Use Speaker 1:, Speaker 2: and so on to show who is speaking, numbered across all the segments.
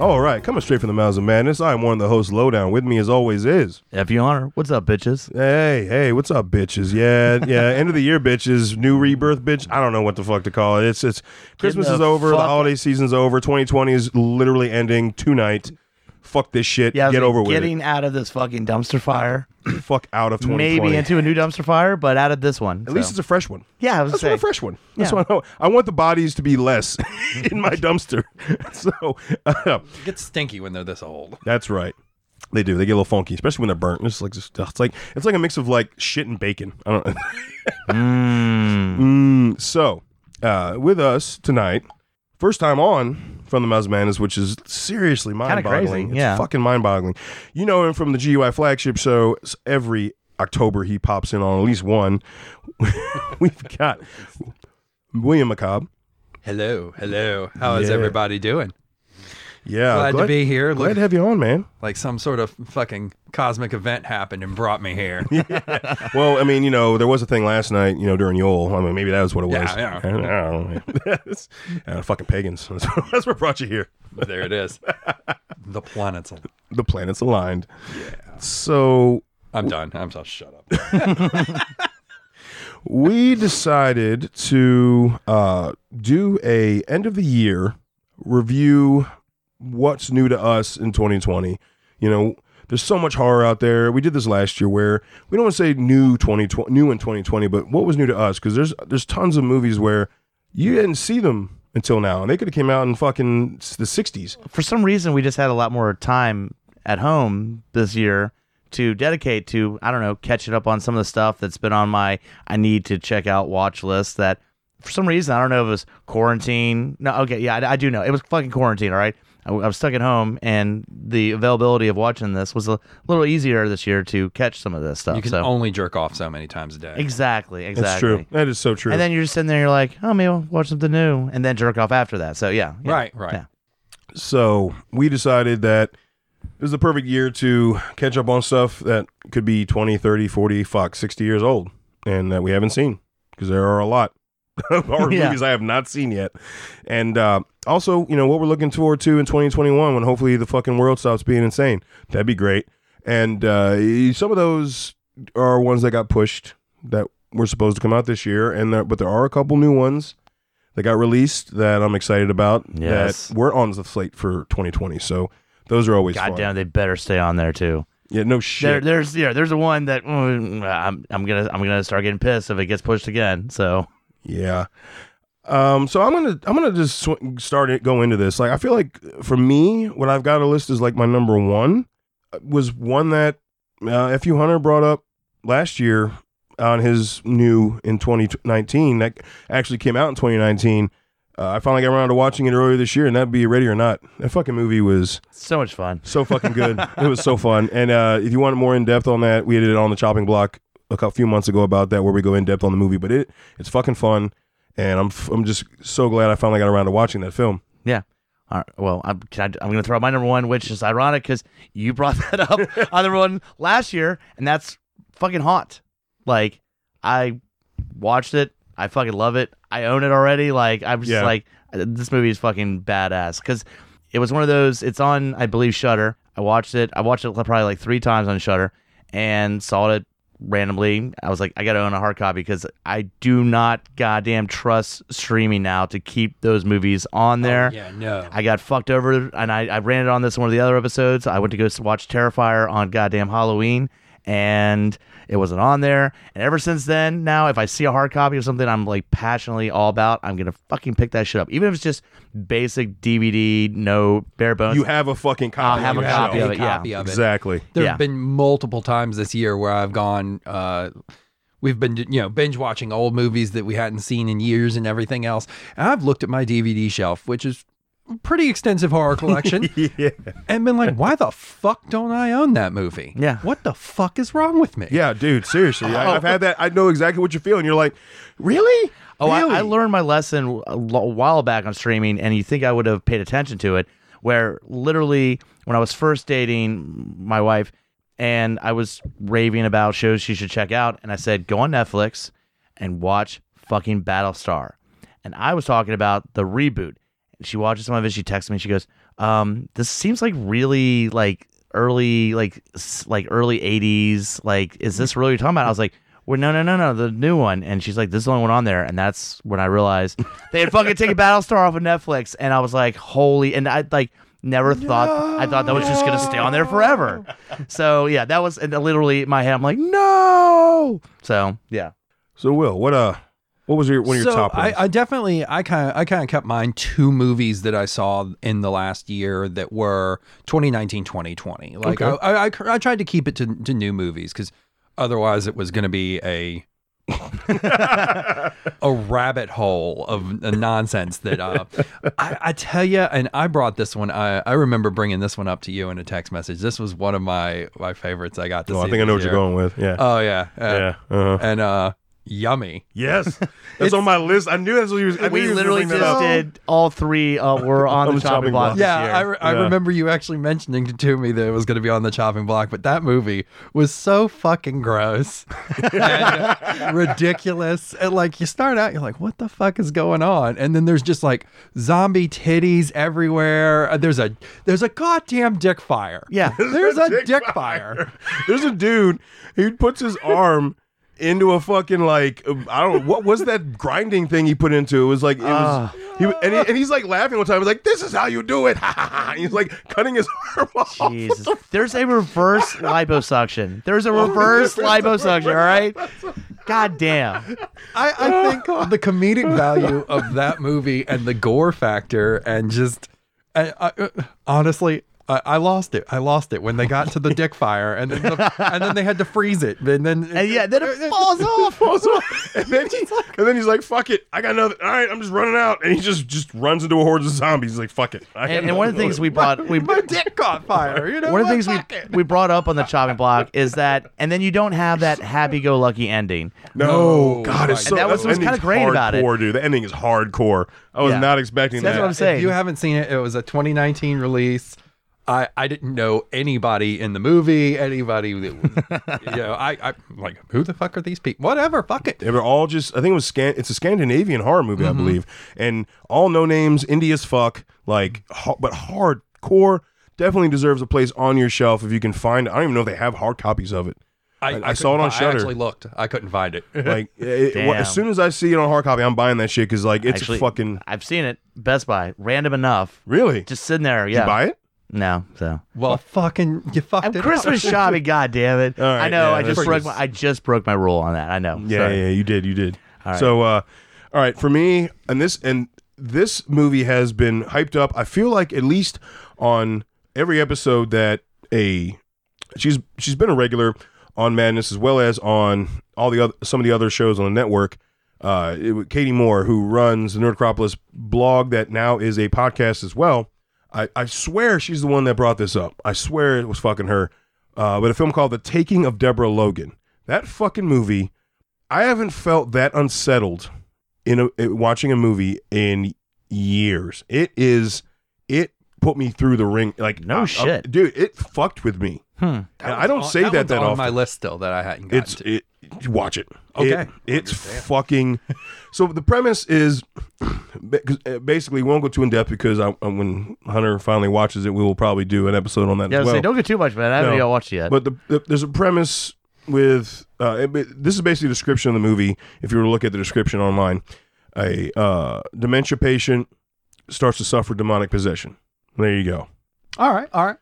Speaker 1: All right, coming straight from the Mouths of Madness, I'm one of the hosts, Lowdown. With me, as always, is.
Speaker 2: F you honor. What's up, bitches?
Speaker 1: Hey, hey, what's up, bitches? Yeah, yeah. End of the year, bitches. New rebirth, bitch. I don't know what the fuck to call it. It's it's Christmas
Speaker 2: the
Speaker 1: is over. The
Speaker 2: fuck-
Speaker 1: holiday season's over. 2020 is literally ending tonight. Fuck this shit.
Speaker 2: Yeah, I was
Speaker 1: Get
Speaker 2: like,
Speaker 1: over with
Speaker 2: Getting out of this fucking dumpster fire.
Speaker 1: it. Fuck out of 2020.
Speaker 2: Maybe into a new dumpster fire, but out of this one.
Speaker 1: At least it's a fresh one.
Speaker 2: yeah, I was
Speaker 1: That's what a
Speaker 2: saying.
Speaker 1: fresh one. That's
Speaker 2: Yeah.
Speaker 1: what I want. I want the bodies to be less in my dumpster. so uh,
Speaker 3: It gets stinky when they're this old.
Speaker 1: that's right. They do. They get a little funky, especially when they're burnt. It's like just, it's like it's like a mix of like shit and bacon. I don't.
Speaker 2: Mm.
Speaker 1: Mm, so, uh, with us tonight, first time on from the Mouse Madness, which is seriously mind boggling.
Speaker 2: crazy,
Speaker 1: It's
Speaker 2: yeah.
Speaker 1: fucking mind boggling. You know him from the GUI flagship show. S- Every October he pops in on at least one. We've got William McCobb.
Speaker 3: Hello, hello. How is
Speaker 1: Yeah.
Speaker 3: everybody doing?
Speaker 2: Uh,
Speaker 1: Yeah,
Speaker 3: Glad to be here.
Speaker 1: Glad
Speaker 3: Look-
Speaker 1: to have you on, man.
Speaker 3: Like some sort of fucking cosmic event happened and brought me here.
Speaker 1: Well, I mean, you know, there was a thing last night, you know, during Yule. I mean, maybe that was what it was.
Speaker 3: Yeah, yeah.
Speaker 1: I don't know. It's- uh, fucking pagans. That's what- that's what brought you here.
Speaker 3: there it is. The planets. al-
Speaker 1: The planets aligned. Yeah. So
Speaker 3: I'm done. I'm so shut up.
Speaker 1: we decided to uh, do a end of the year review what's new to us in 2020 you know there's so much horror out there we did this last year where we don't want to say new 2020 new in 2020 but what was new to us because there's there's tons of movies where you didn't see them until now and they could have came out in fucking s- the 60s
Speaker 2: For some reason, we just had a lot more time at home this year to dedicate to, I don't know, catching up on some of the stuff that's been on my I need to check out watch list that for some reason, I don't know if it was quarantine. No, okay, yeah, I, I do know. It was fucking quarantine, all right? I, I was stuck at home, and the availability of watching this was a little easier this year to catch some of this stuff.
Speaker 3: You can
Speaker 2: so.
Speaker 3: only jerk off so many times a day.
Speaker 2: Exactly, exactly.
Speaker 1: that's true that is so true
Speaker 2: And then you're just sitting there, you're like, oh, maybe I'll watch something new, and then jerk off after that. So yeah, yeah.
Speaker 3: Right, right.
Speaker 2: Yeah.
Speaker 1: So we decided that it was the perfect year to catch up on stuff that could be 20, 30, 40, fuck, 60 years old and that we haven't seen because there are a lot of horror
Speaker 2: Yeah.
Speaker 1: movies I have not seen yet. And uh, also, you know, what we're looking forward to in 2021 when hopefully the fucking world stops being insane. That'd be great. And uh, some of those are ones that got pushed that were supposed to come out this year. and there, But there are a couple new ones that got released that I'm excited about
Speaker 2: Yes.
Speaker 1: that we're on the slate for 2020. So those are always fun.
Speaker 2: Goddamn, they better stay on there too.
Speaker 1: Yeah, no
Speaker 2: There,
Speaker 1: shit.
Speaker 2: there's yeah, there's a one that mm, I'm, I'm gonna I'm gonna start getting pissed if it gets pushed again. So
Speaker 1: Yeah. Um, so I'm gonna I'm gonna just sw- start it go into this. Like I feel like for me, what I've got a list is like my number one uh, was one that uh, Fu Hunter brought up last year on his new in 2019 that actually came out in 2019. Uh, I finally got around to watching it earlier this year, and that'd be Ready or Not. That fucking movie was
Speaker 2: so much fun.
Speaker 1: So fucking good. it was so fun. And uh, if you want more in depth on that, we did it on the chopping block a cou- few months ago about that, where we go in depth on the movie. But it it's fucking fun, and I'm f- I'm just so glad I finally got around to watching that film.
Speaker 2: Yeah. All right, well, I'm, can I, I'm going to throw out my number one, which is ironic because you brought that up on number one last year, and that's fucking hot. Like, I watched it. I fucking love it. I own it already. Like, I'm just
Speaker 1: Yeah.
Speaker 2: like, this movie is fucking badass because it was one of those. It's on, I believe, Shutter. I watched it. I watched it probably like three times on Shutter and saw it randomly. I was like, I got to own a hard copy because I do not goddamn trust streaming now to keep those movies on there.
Speaker 3: Oh, Yeah, no.
Speaker 2: I got fucked over, and I, I ran it on this in one of the other episodes. I went to go s- watch Terrifier on goddamn Halloween, and it wasn't on there. And ever since then, now if I see a hard copy of something I'm like passionately all about, I'm gonna fucking pick that shit up, even if it's just basic DVD, no bare bones.
Speaker 1: You have a fucking
Speaker 2: I'll
Speaker 1: copy.
Speaker 2: have
Speaker 1: of
Speaker 2: a
Speaker 1: the
Speaker 2: copy
Speaker 1: show.
Speaker 2: of it. Yeah,
Speaker 3: Copy of it.
Speaker 1: Exactly.
Speaker 3: There
Speaker 2: Yeah.
Speaker 3: have been multiple times this year where I've gone, uh, We've been, you know, binge watching old movies that we hadn't seen in years and everything else. And I've looked at my DVD shelf, which is a pretty extensive horror collection,
Speaker 2: yeah.
Speaker 3: and been like, why the fuck don't I own that movie?
Speaker 2: Yeah.
Speaker 3: What the fuck is wrong with me?
Speaker 1: Yeah, dude, seriously. I, I've had that. I know exactly what you're feeling. You're like, really?
Speaker 2: Oh, I, I
Speaker 1: Really?"
Speaker 2: learned my lesson a lo- while back on streaming, and you think I would have paid attention to it. Where literally, when I was first dating my wife, and I was raving about shows she should check out, and I said, "Go on Netflix and watch fucking Battlestar," and I was talking about the reboot. And she watches some of it. She texts me. She goes, "Um, this seems like really like early like s- like early '80s. Like, is this really what you're talking about?" I was like. Well, no, no, no, no, the new one. And she's like, this is the only one on there. And that's when I realized they had fucking taken Battlestar off of Netflix. And I was like, holy. And I like never thought, I thought that was just going to stay on there forever. So yeah, that was and literally in my head. I'm like, no. So yeah.
Speaker 1: So, Will, what uh, what was your one of your
Speaker 3: so
Speaker 1: top
Speaker 3: I,
Speaker 1: ones?
Speaker 3: I definitely I kind of I kind of kept mine two movies that I saw in the last year that were 2019 2020 like
Speaker 1: Okay.
Speaker 3: I, I, I I tried to keep it to, to new movies because otherwise it was going to be a a rabbit hole of nonsense that uh, I, I tell you and I brought this one I, I remember bringing this one up to you in a text message this was one of my my favorites I got to
Speaker 1: Oh,
Speaker 3: see
Speaker 1: I think I
Speaker 3: this
Speaker 1: know what
Speaker 3: year.
Speaker 1: you're going with. Yeah.
Speaker 3: oh yeah uh,
Speaker 1: yeah. Uh-huh.
Speaker 3: and uh yummy
Speaker 1: Yes, that's on my list. I knew that's what you was. I knew
Speaker 2: we
Speaker 1: you was
Speaker 2: literally
Speaker 1: bringing that
Speaker 2: just
Speaker 1: up.
Speaker 2: did all three uh, were on, the, chopping block. this
Speaker 3: Yeah,
Speaker 2: year.
Speaker 3: I, re- I
Speaker 1: Yeah.
Speaker 3: remember you actually mentioning to me that it was going to be on the chopping block, but that movie was so fucking gross and ridiculous. And like, you start out, you're like, what the fuck is going on? And then there's just like zombie titties everywhere. Uh, There's a there's a goddamn dick fire.
Speaker 2: Yeah.
Speaker 3: there's a dick, fire.
Speaker 1: There's a dude who puts his arm into a fucking like um, I don't what was that grinding thing he put into? It was like it was. He, and, he, and he's like laughing one time. He's like, "This is how you do it!" and he's like cutting his arm off.
Speaker 2: Jesus. There's a reverse liposuction. There's
Speaker 1: Oh
Speaker 2: a reverse liposuction, all right? God damn.
Speaker 3: I, I think the comedic value of that movie and the gore factor and just I, I, uh, honestly I, I lost it. I lost it when they got to the dick fire and then the, and then they had to freeze it and then
Speaker 2: And yeah, then it falls off.
Speaker 1: Falls off. And then, he, and then he's like, "Fuck it, I got nothing. All right, I'm just running out." And he just just runs into a horde of zombies. He's like, "Fuck it." I got
Speaker 2: And, and one of the
Speaker 1: nothing.
Speaker 2: things we brought we
Speaker 3: my dick caught fire. You know
Speaker 2: one of the
Speaker 3: what?
Speaker 2: things we
Speaker 3: Fuck it.
Speaker 2: we brought up on the chopping block is that and then you don't have that happy go lucky ending.
Speaker 1: No,
Speaker 3: No.
Speaker 1: Oh, God, it's
Speaker 3: And
Speaker 1: so
Speaker 2: that was
Speaker 1: that
Speaker 2: what's
Speaker 1: ending's
Speaker 2: kinda great about it.
Speaker 1: hardcore, dude. The ending is hardcore. I was
Speaker 2: Yeah.
Speaker 1: not expecting
Speaker 2: That's
Speaker 1: that.
Speaker 2: what I'm saying.
Speaker 3: If you haven't seen it, it was a 2019 release. I, I didn't know anybody in the movie, anybody, that, you know, I, I like, who the fuck are these people? Whatever, fuck it.
Speaker 1: They were all just. I think it was Scan. It's a Scandinavian horror movie, I believe, and all no names, indie as fuck, like ho- but hardcore. Definitely deserves a place on your shelf if you can find. I don't even know if they have hard copies of it. I- I saw
Speaker 3: couldn't
Speaker 1: it on
Speaker 3: fi-
Speaker 1: Shudder.
Speaker 3: I actually looked. I couldn't find it.
Speaker 1: Like it- it-
Speaker 2: Damn.
Speaker 1: as soon as I see it on hard copy, I'm buying that shit because like it's
Speaker 2: Actually,
Speaker 1: fucking
Speaker 2: I've seen it Best Buy, random enough.
Speaker 1: really.
Speaker 2: Just sitting there,
Speaker 1: Did
Speaker 2: yeah.
Speaker 1: you buy it?
Speaker 2: No, so
Speaker 3: Well, fucking, you fucked
Speaker 2: I'm
Speaker 3: it.
Speaker 2: Christmas
Speaker 3: up.
Speaker 2: shopping. God damn it!
Speaker 1: All right,
Speaker 2: I know.
Speaker 1: yeah,
Speaker 2: I just
Speaker 1: that's
Speaker 2: broke.
Speaker 1: just-
Speaker 2: My, I just broke my rule on that. I know.
Speaker 1: Yeah,
Speaker 2: Sorry.
Speaker 1: yeah, you did, you did. So, uh, all right, for me, and this and this movie has been hyped up. I feel like at least on every episode that a she's she's been a regular on Madness as well as on all the other some of the other shows on the network. Uh, it, was Katie Moore, who runs the Nerdcropolis blog that now is a podcast as well. I, I swear she's the one that brought this up. I swear it was fucking her. Uh, but a film called The Taking of Deborah Logan. That fucking movie I haven't felt that unsettled in a, in watching a movie in years. It is it put me through the ring like
Speaker 2: No
Speaker 1: I- I-
Speaker 2: shit.
Speaker 1: dude. It fucked with me.
Speaker 2: Hmm.
Speaker 1: And
Speaker 3: one's
Speaker 1: I don't
Speaker 3: on-
Speaker 1: say that that,
Speaker 3: one's on
Speaker 1: often.
Speaker 3: my list still that I hadn't gotten
Speaker 1: it's
Speaker 3: to.
Speaker 1: it. you Watch it.
Speaker 3: Okay.
Speaker 1: It- it's fucking. so the premise is ba- 'cause, uh, basically we won't go too in depth because I, uh, when Hunter finally watches it, we will probably do an episode on that
Speaker 2: Yeah, I
Speaker 1: as
Speaker 2: was
Speaker 1: well.
Speaker 2: saying, don't get too much, man. I haven't
Speaker 1: No.
Speaker 2: even watched it yet.
Speaker 1: But the, the, there's a premise with uh, it- it- this is basically a description of the movie. If you were to look at the description online, a uh, dementia patient starts to suffer demonic possession. There you go.
Speaker 3: all right, all right.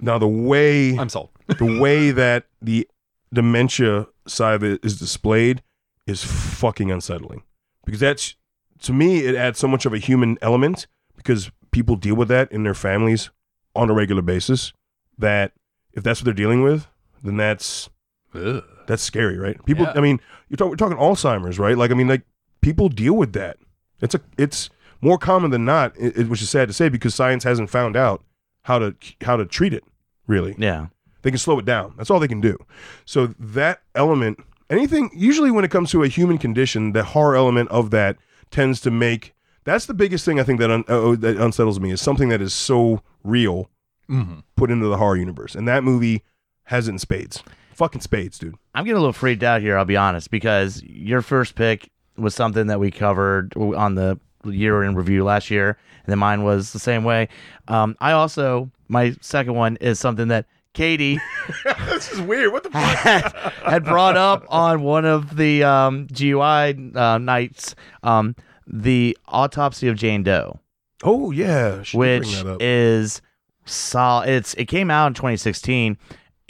Speaker 1: Now the way
Speaker 3: I'm sold.
Speaker 1: the way that the dementia side of it is displayed is fucking unsettling because that's to me it adds so much of a human element because people deal with that in their families on a regular basis that if that's what they're dealing with then that's
Speaker 3: Ugh.
Speaker 1: That's scary, right? People,
Speaker 3: Yeah.
Speaker 1: I mean, you're talk, we're talking Alzheimer's, right? Like, I mean, like people deal with that. It's a, it's more common than not, i i- which is sad to say because science hasn't found out how to how to treat it. Really,
Speaker 2: Yeah.
Speaker 1: they can slow it down. That's all they can do. So that element, anything, usually when it comes to a human condition, the horror element of that tends to make. That's the biggest thing I think that un, uh, uh, that unsettles me is something that is so real
Speaker 3: Mhm.
Speaker 1: put into the horror universe, and that movie has it in spades. Fucking spades, dude.
Speaker 2: I'm getting a little freaked out here, I'll be honest, because your first pick was something that we covered on the year in review last year, and then mine was the same way. Um, I also, my second one is something that Katie
Speaker 1: this is weird. What the fuck?
Speaker 2: had, had brought up on one of the um, GUI uh, nights um, the autopsy of Jane Doe,
Speaker 1: Oh yeah, she did bring
Speaker 2: which
Speaker 1: that up.
Speaker 2: is solid. It's it came out in 2016.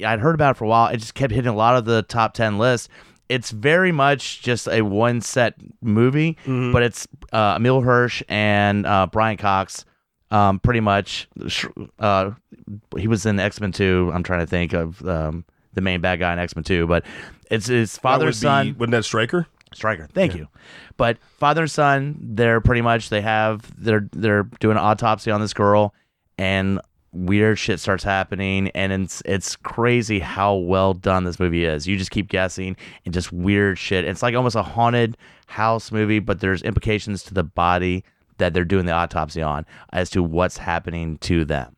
Speaker 2: I'd heard about it for a while. It just kept hitting a lot of the top 10 lists. It's very much just a one set movie,
Speaker 1: Mhm.
Speaker 2: but it's uh, Emil Hirsch and uh, Brian Cox. Um, pretty much, Sh- uh, he was in X Men Two. I'm trying to think of um, the main bad guy in X Men Two, but it's his
Speaker 1: That
Speaker 2: father
Speaker 1: would
Speaker 2: son
Speaker 1: be, wasn't that Striker?
Speaker 2: striker. Thank you. But father and son, they're pretty much they have they're they're doing an autopsy on this girl, and weird shit starts happening, and it's it's crazy how well done this movie is. You just keep guessing and just weird shit. It's like almost a haunted house movie, but there's implications to the body that they're doing the autopsy on as to what's happening to them.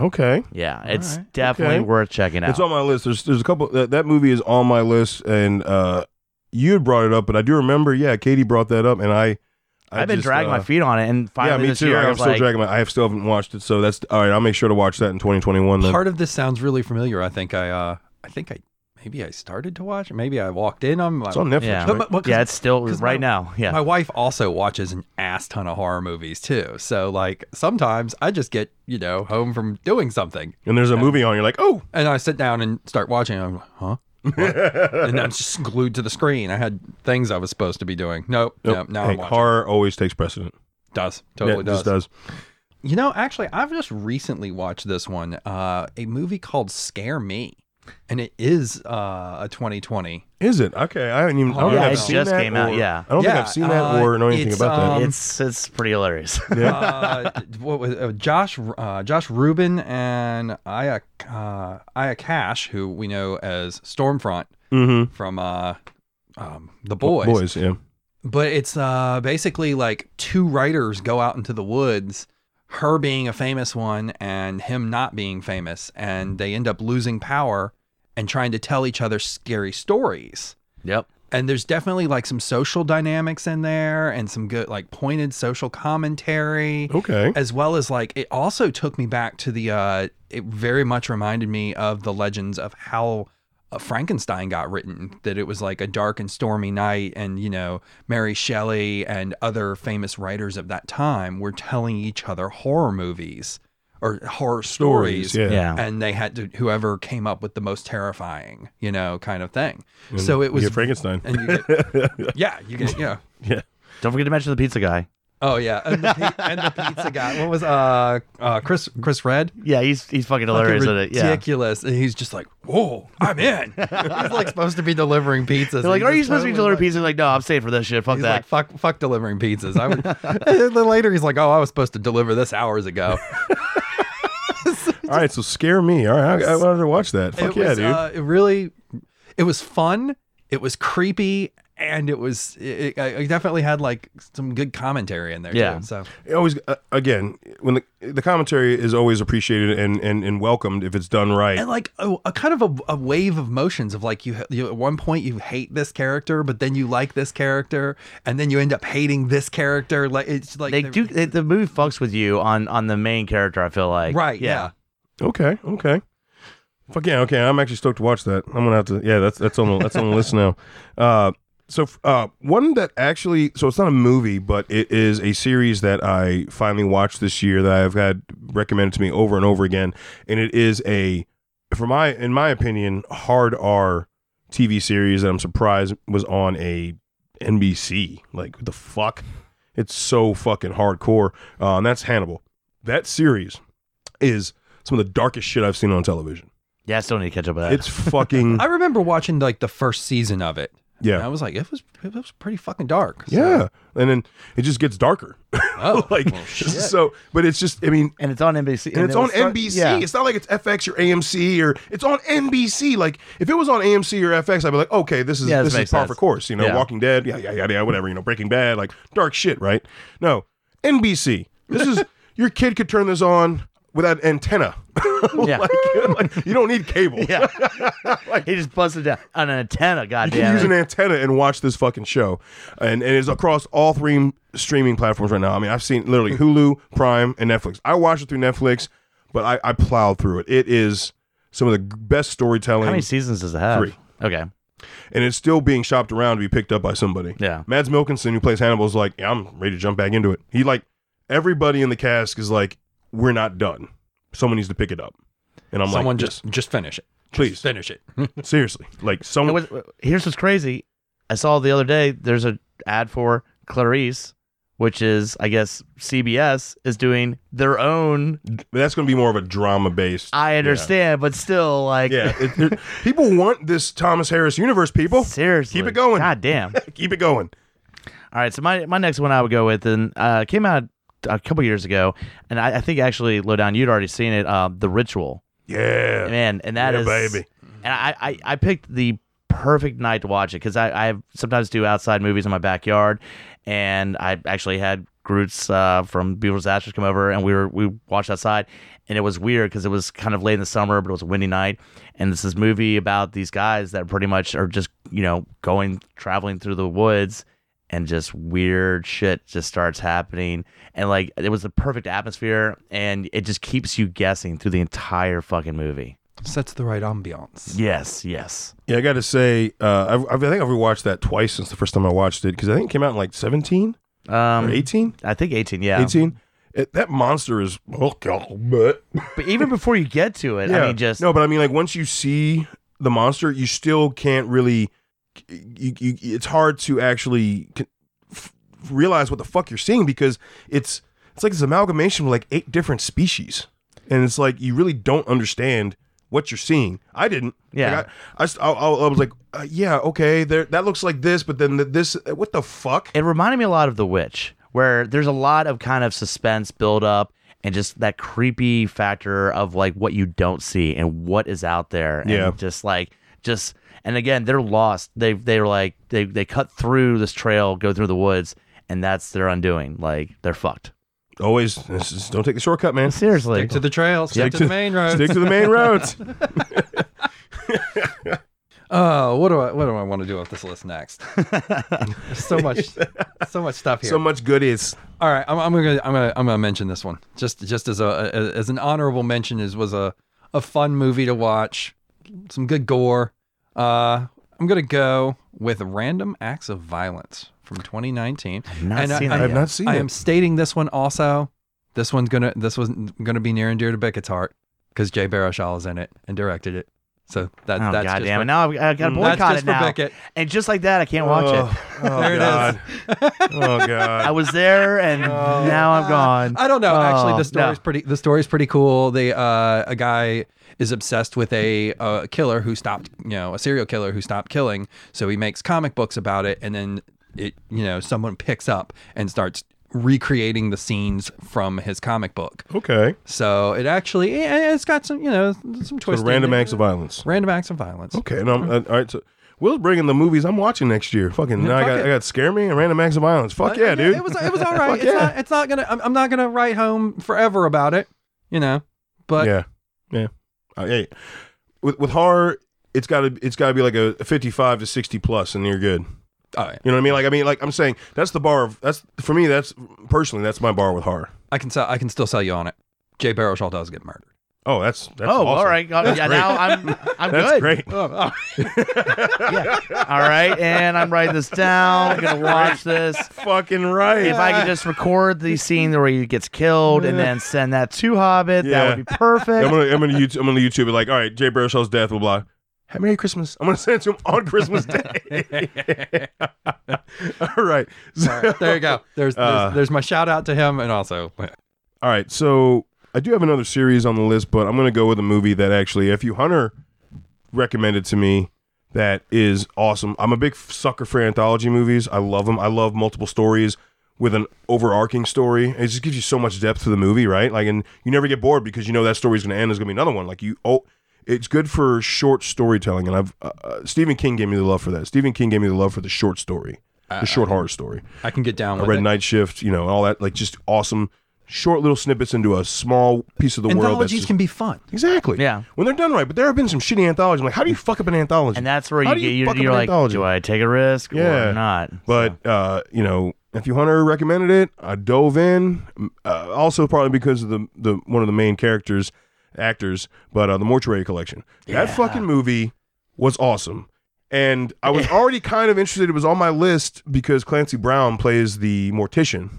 Speaker 1: Okay,
Speaker 2: Yeah, it's
Speaker 3: right.
Speaker 2: definitely
Speaker 1: Okay.
Speaker 2: worth checking out.
Speaker 1: it's on my list. There's there's a couple that, that movie is on my list, and uh, you had brought it up, but I do remember. Yeah, Katie brought that up, and I, I
Speaker 2: I've been
Speaker 1: just,
Speaker 2: dragging
Speaker 1: uh,
Speaker 2: my feet on it, and finally
Speaker 1: yeah, me
Speaker 2: this
Speaker 1: too.
Speaker 2: year I
Speaker 1: I'm
Speaker 2: was
Speaker 1: still
Speaker 2: like,
Speaker 1: dragging my. I have still haven't watched it, so that's all right. I'll make sure to watch that in 2021. Then.
Speaker 3: Part of this sounds really familiar. I think I, uh, I think I, maybe I started to watch it. Maybe I walked in on. My,
Speaker 1: It's on Netflix.
Speaker 2: yeah,
Speaker 1: right?
Speaker 3: But- but- 'cause-
Speaker 2: yeah, it's still
Speaker 3: 'cause
Speaker 2: right
Speaker 3: my-
Speaker 2: now. Yeah,
Speaker 3: My wife also watches an ass ton of horror movies too. So like sometimes I just get you know home from doing something
Speaker 1: and there's a movie on. You're like, oh,
Speaker 3: and I sit down and start watching. I'm like, huh. What? and I'm just glued to the screen. I had things I was supposed to be doing. Nope. Nope.
Speaker 1: nope.
Speaker 3: now
Speaker 1: Hey,
Speaker 3: I'm watching.
Speaker 1: horror always takes precedent.
Speaker 3: does
Speaker 1: Yeah,
Speaker 3: totally
Speaker 1: it
Speaker 3: does.
Speaker 1: just does.
Speaker 3: You know, actually, I've just recently watched this one, uh, a movie called Scare Me, and it is uh, a 2020.
Speaker 1: Is it okay? I haven't even. I don't
Speaker 3: Oh,
Speaker 1: think
Speaker 3: yeah,
Speaker 1: I've
Speaker 3: it
Speaker 1: seen
Speaker 2: just
Speaker 1: that
Speaker 2: came out,
Speaker 1: or-
Speaker 2: yeah.
Speaker 1: I don't
Speaker 3: Yeah,
Speaker 1: think I've seen that
Speaker 3: uh,
Speaker 1: or know anything
Speaker 3: it's,
Speaker 1: about
Speaker 3: um,
Speaker 1: that.
Speaker 2: it's it's pretty hilarious.
Speaker 3: Uh, what was uh, Josh uh, Josh Rubin and Aya uh, Aya Cash, who we know as Stormfront
Speaker 1: Mm-hmm.
Speaker 3: from uh, um, The Boys.
Speaker 1: Boys, yeah.
Speaker 3: but it's uh, basically like two writers go out into the woods her being a famous one and him not being famous and they end up losing power and trying to tell each other scary stories
Speaker 2: yep.
Speaker 3: and there's definitely like some social dynamics in there and some good like pointed social commentary
Speaker 1: Okay.
Speaker 3: as well as like it also took me back to the uh it very much reminded me of the legends of how uh, Frankenstein got written that it was like a dark and stormy night and you know Mary Shelley and other famous writers of that time were telling each other horror movies or horror stories,
Speaker 1: yeah.
Speaker 2: Yeah.
Speaker 3: and they had to whoever came up with the most terrifying you know kind of thing
Speaker 1: And
Speaker 3: so it
Speaker 1: you
Speaker 3: was
Speaker 1: get Frankenstein.
Speaker 3: and you get, yeah you get yeah
Speaker 2: Don't forget to mention the pizza guy.
Speaker 3: oh yeah and the, pi- and the pizza guy what was uh uh Chris Chris Red
Speaker 2: Yeah, he's he's fucking hilarious
Speaker 3: fucking
Speaker 2: at it. Yeah.
Speaker 3: ridiculous. And he's just like, whoa, I'm in. he's like supposed to be delivering
Speaker 2: They're
Speaker 3: pizzas.
Speaker 2: like,
Speaker 3: He's
Speaker 2: are you
Speaker 3: just
Speaker 2: supposed to be
Speaker 3: totally
Speaker 2: delivering
Speaker 3: like-
Speaker 2: pizza? He's like, no, I'm safe for this shit. Fuck
Speaker 3: He's
Speaker 2: that.
Speaker 3: like, fuck, fuck delivering pizzas. I would. and then later he's like, oh, I was supposed to deliver this hours ago.
Speaker 1: All right, so scare me. All right, I, I wanted to watch that. Fuck
Speaker 3: it
Speaker 1: yeah,
Speaker 3: was,
Speaker 1: dude.
Speaker 3: Uh, it really, it was fun. It was creepy. And it was, it, it, I definitely had like some good commentary in there.
Speaker 2: Yeah.
Speaker 3: Too, so
Speaker 1: It always uh, again when the, the commentary is always appreciated and, and and welcomed if it's done right.
Speaker 3: and like a, a kind of a, a wave of motions of like you, ha- you at one point you hate this character but then you like this character and then you end up hating this character like it's like
Speaker 2: they
Speaker 3: they're-
Speaker 2: do they, the movie fucks with you on on the main character. I feel like
Speaker 3: right yeah,
Speaker 1: Okay, okay. Fuck yeah, okay. I'm actually stoked to watch that. I'm gonna have to. Yeah, that's that's on the that's on the list now. Uh, so f- uh, one that actually, so it's not a movie, but it is a series that I finally watched this year that I've had recommended to me over and over again, and it is a, for my in my opinion, hard R TV series that I'm surprised was on a NBC. Like what the fuck, it's so fucking hardcore. Uh, and that's Hannibal. That series is some of the darkest shit I've seen on television.
Speaker 2: Yeah, I still need to catch up with that.
Speaker 1: It's fucking
Speaker 3: I remember watching like the first season of it. And I
Speaker 1: yeah,
Speaker 3: was like, it was it was pretty fucking dark. So-
Speaker 1: yeah, and then it just gets darker.
Speaker 3: Oh,
Speaker 1: like
Speaker 3: well, shit.
Speaker 1: so, but it's just I mean,
Speaker 2: and it's on NBC.
Speaker 1: and, it's
Speaker 2: it
Speaker 1: on
Speaker 2: was start-
Speaker 1: NBC.
Speaker 2: Yeah.
Speaker 1: It's not like it's FX or AMC or it's on NBC. Like if it was on AMC or FX, I'd be like, okay, this is
Speaker 2: Yeah,
Speaker 1: this,
Speaker 2: this
Speaker 1: is
Speaker 2: makes
Speaker 1: par for
Speaker 2: sense.
Speaker 1: course. You know,
Speaker 2: Yeah.
Speaker 1: Walking Dead, yeah, yeah, yeah, yeah, whatever. You know, Breaking Bad, like dark shit, right? No, NBC. This is your kid could turn this on without an antenna.
Speaker 2: Yeah.
Speaker 1: like, like, you don't need cable.
Speaker 2: Yeah. he just busted down an antenna,
Speaker 1: You can
Speaker 2: goddamn.
Speaker 1: use an antenna and watch this fucking show, and and it's across all three m- streaming platforms right now. I mean, I've seen literally Hulu, Prime, and Netflix. I watched it through Netflix, but I, I plowed through it. It is some of the g- best storytelling,
Speaker 2: How many seasons does it have?
Speaker 1: Three.
Speaker 2: Okay.
Speaker 1: and it's still being shopped around to be picked up by somebody.
Speaker 2: Yeah.
Speaker 1: Mads Milkinson, who plays Hannibal, is like, yeah, I'm ready to jump back into it. He like everybody in the cast is like, we're not done. Someone needs to pick it up, and I'm
Speaker 3: Someone
Speaker 1: like,
Speaker 3: just just finish it. Just
Speaker 1: Please.
Speaker 3: finish it.
Speaker 1: "Yes, seriously, like someone.
Speaker 2: It was- here's what's crazy. I saw the other day there's a ad for Clarice, which is I guess CBS is doing their own.
Speaker 1: that's going to be more of a drama based.
Speaker 2: I understand, but still like
Speaker 1: Yeah, it- there- people want this Thomas Harris universe. People
Speaker 2: seriously.
Speaker 1: keep it going.
Speaker 2: God damn.
Speaker 1: keep it going.
Speaker 2: All right, so my, my next one I would go with and uh, came out a couple years ago, and I, I think actually Lowdown you'd already seen it. Uh, the Ritual,
Speaker 1: Yeah,
Speaker 2: man, and that
Speaker 1: Yeah,
Speaker 2: is
Speaker 1: baby.
Speaker 2: And I, I I picked the perfect night to watch it because I I sometimes do outside movies in my backyard, and I actually had Groot's uh, from Beautiful Disasters come over, and we were we watched outside, and it was weird because it was kind of late in the summer, but it was a windy night, and it's this movie about these guys that pretty much are just you know going traveling through the woods and just weird shit just starts happening and like it was the perfect atmosphere and it just keeps you guessing through the entire fucking movie
Speaker 3: Sets the right ambiance.
Speaker 2: yes yes
Speaker 1: Yeah, I got to say, uh, I've, I've- I think I've rewatched that twice since the first time I watched it because I think it came out in like seventeen
Speaker 2: um
Speaker 1: or eighteen.
Speaker 2: I think 18, yeah.
Speaker 1: 18? It- that monster is oh god, but
Speaker 2: But even before you get to it, I mean, just
Speaker 1: no, but I mean, like once you see the monster, you still can't really. You, you, it's hard to actually c- f- realize what the fuck you're seeing because it's it's like this amalgamation of like eight different species, and it's like you really don't understand what you're seeing. I didn't.
Speaker 2: Yeah.
Speaker 1: Like, I, I s- I- I- I was like, uh, yeah, okay, there that looks like this, but then th this, uh, what the fuck?
Speaker 2: it reminded me a lot of The Witch, where there's a lot of kind of suspense build up and just that creepy factor of like what you don't see and what is out there. And
Speaker 1: Yeah.
Speaker 2: just like just and again, they're lost. They they're like they they cut through this trail, go through the woods, and that's their undoing. Like they're fucked.
Speaker 1: Always, this is- don't take the shortcut, man.
Speaker 2: Seriously.
Speaker 3: Stick to the trail. Stick
Speaker 1: Stick
Speaker 3: to,
Speaker 1: to-
Speaker 3: the main road.
Speaker 1: Stick to the main roads.
Speaker 3: Oh, what do I what do I want to do with this list next? There's so much so much stuff here.
Speaker 1: so much good is.
Speaker 3: All right, I'm, I'm gonna I'm gonna I'm gonna mention this one just just as a as an honorable mention is was a a fun movie to watch, some good gore. Uh, I'm gonna go with Random Acts of Violence from 2019.
Speaker 2: not
Speaker 3: And I-
Speaker 2: seen
Speaker 3: I-
Speaker 2: that
Speaker 1: I've
Speaker 2: yet.
Speaker 1: not seen
Speaker 3: I
Speaker 1: it.
Speaker 3: am stating this one also. This one's gonna this was gonna be near and dear to Bickett's heart because Jay Baruchel is in it and directed it. So that
Speaker 2: Oh
Speaker 3: that's
Speaker 2: god
Speaker 3: just
Speaker 2: damn
Speaker 3: for-
Speaker 2: it! Now I've, I gotta
Speaker 1: Mm.
Speaker 2: boycott
Speaker 3: that's just
Speaker 2: it
Speaker 3: for
Speaker 2: now,
Speaker 3: Bickett.
Speaker 2: and just like that, I can't watch it.
Speaker 3: There it
Speaker 1: it is. oh
Speaker 2: I
Speaker 1: god.
Speaker 2: was there, and
Speaker 1: Oh.
Speaker 2: now I'm gone.
Speaker 3: I don't know. Actually,
Speaker 2: Oh,
Speaker 3: the story's
Speaker 2: no.
Speaker 3: pretty. The story's pretty cool. They uh, a guy is obsessed with a uh, killer who stopped, you know, a serial killer who stopped killing. So he makes comic books about it, and then it, you know, someone picks up and starts recreating the scenes from his comic book.
Speaker 1: Okay.
Speaker 3: So it actually, yeah, it's got some, you know, some twists.
Speaker 1: So random acts of violence.
Speaker 3: Random acts of violence.
Speaker 1: Okay. And I'm, uh, all right. So Will's bringing the movies I'm watching next year. Fucking. now I
Speaker 3: fuck
Speaker 1: got.
Speaker 3: it. Uh,
Speaker 1: I got scare me and random acts of violence. Fuck yeah, dude.
Speaker 3: It was it was all right. it's
Speaker 1: yeah.
Speaker 3: not it's not gonna. I'm, I'm not gonna write home forever about it. You know, but
Speaker 1: yeah. Yeah. Uh, yeah. With with horror, it's gotta it's gotta be like a 55 to 60 plus, and you're good.
Speaker 3: all right.
Speaker 1: You know what I mean? Like I mean, like I'm saying that's the bar of that's for me. That's personally that's my bar with horror.
Speaker 3: I can sell. I can still sell you on it. Jay Baruchel does get murdered.
Speaker 1: Oh, that's that's
Speaker 2: oh,
Speaker 1: awesome.
Speaker 2: all right. God, yeah, now I'm I'm
Speaker 1: That's
Speaker 2: good.
Speaker 1: great.
Speaker 3: Oh,
Speaker 2: All right, and I'm writing this down. I'm gonna watch this.
Speaker 1: Fucking right.
Speaker 2: If I could just record the scene where he gets killed and then send that to Hobbit, that
Speaker 1: Yeah.
Speaker 2: would be
Speaker 1: Yeah, I'm
Speaker 2: perfect.
Speaker 1: gonna I'm gonna YouTube, I'm gonna YouTube it like all right, Jay Baruchel's death, blah blah. Hey, Merry Christmas. I'm gonna send it to him on Christmas Day. all right. So-
Speaker 3: All right, there you go. There's,
Speaker 1: Uh,
Speaker 3: there's there's my shout out to him, and also
Speaker 1: all right. So I do have another series on the list, but I'm going to go with a movie that actually F.U. Hunter recommended to me that is awesome. I'm a big sucker for anthology movies. I love them. I love multiple stories with an overarching story. It just gives you so much depth to the movie, right? Like, and you never get bored because you know that story's going to end. There's going to be another one. Like, you, oh, it's good for short storytelling. And I've, uh, uh, Stephen King gave me the love for that. Stephen King gave me the love for the short story, the short horror story.
Speaker 3: I can get down
Speaker 1: I
Speaker 3: with
Speaker 1: read
Speaker 3: it.
Speaker 1: Night Shift, you know, and all that, like just awesome short little snippets into a small piece of the world. That's
Speaker 3: Anthologies
Speaker 1: just,
Speaker 3: can be fun.
Speaker 1: exactly.
Speaker 2: Yeah.
Speaker 1: When they're done right, but there have been some shitty anthologies. I'm like, how do you fuck up an anthology?
Speaker 2: And that's where
Speaker 1: How
Speaker 2: you
Speaker 1: do
Speaker 2: get
Speaker 1: you
Speaker 2: you
Speaker 1: fuck up
Speaker 2: you're
Speaker 1: an
Speaker 2: like,
Speaker 1: anthology?
Speaker 2: do I take a risk
Speaker 1: Yeah.
Speaker 2: or not?
Speaker 1: but uh, you know, if you Hunter recommended it, I dove in. Uh, also, probably because of the the one of the main characters, actors, but uh, the Mortuary Collection. That fucking movie was awesome, and I was already kind of interested. It was on my list because Clancy Brown plays the mortician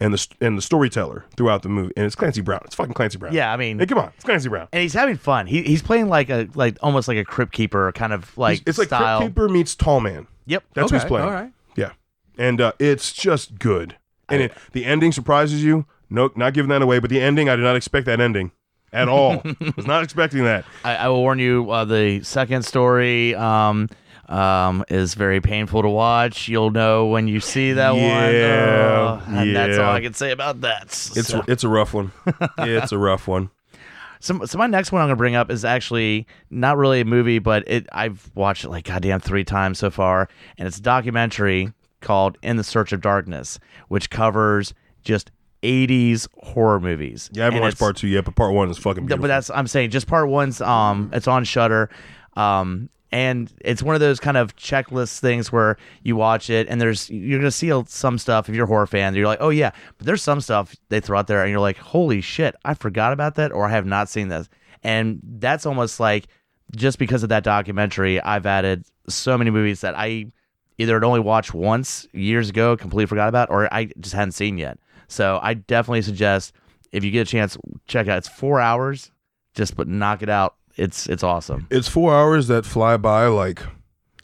Speaker 1: and the st- and the storyteller throughout the movie, and it's Clancy Brown. It's fucking Clancy Brown.
Speaker 2: yeah, I mean,
Speaker 1: Hey, come on, it's Clancy Brown.
Speaker 2: and he's having fun. He, he's playing like a like almost like a crypt keeper kind of like
Speaker 1: it's like
Speaker 2: style.
Speaker 1: Crypt Keeper meets Tall Man.
Speaker 2: Yep.
Speaker 1: That's who's
Speaker 3: Okay,
Speaker 1: playing.
Speaker 3: All right.
Speaker 1: Yeah, and uh, it's just good, and it, the ending surprises you. No, not giving that away, but the ending I did not expect that ending at all. was not expecting that.
Speaker 2: I, I will warn you. Uh, the second story um, um, is very painful to watch. You'll know when you see that
Speaker 1: Yeah,
Speaker 2: one. Uh, and That's
Speaker 1: yeah.
Speaker 2: all I can say about that.
Speaker 1: It's
Speaker 2: So-
Speaker 1: it's a rough one. it's a rough one.
Speaker 2: So, so my next one I'm gonna bring up is actually not really a movie, but it I've watched it like goddamn three times so far, and it's a documentary called "In the Search of Darkness," which covers just 80s horror movies.
Speaker 1: Yeah, I haven't
Speaker 2: And
Speaker 1: watched
Speaker 2: it's-
Speaker 1: part two yet, but part one is fucking
Speaker 2: yeah,
Speaker 1: beautiful.
Speaker 2: but that's I'm saying just part one's um it's on Shutter, um and it's one of those kind of checklist things where you watch it and there's you're gonna see some stuff if you're a horror fan you're like oh yeah but there's some stuff they throw out there and you're like holy shit I forgot about that or I have not seen this and that's almost like just because of that documentary I've added so many movies that I either had only watched once years ago, completely forgot about, or I just hadn't seen yet. So I definitely suggest if you get a chance, check it out. It's four hours, just but knock it out. It's it's awesome,
Speaker 1: it's four hours that fly by like.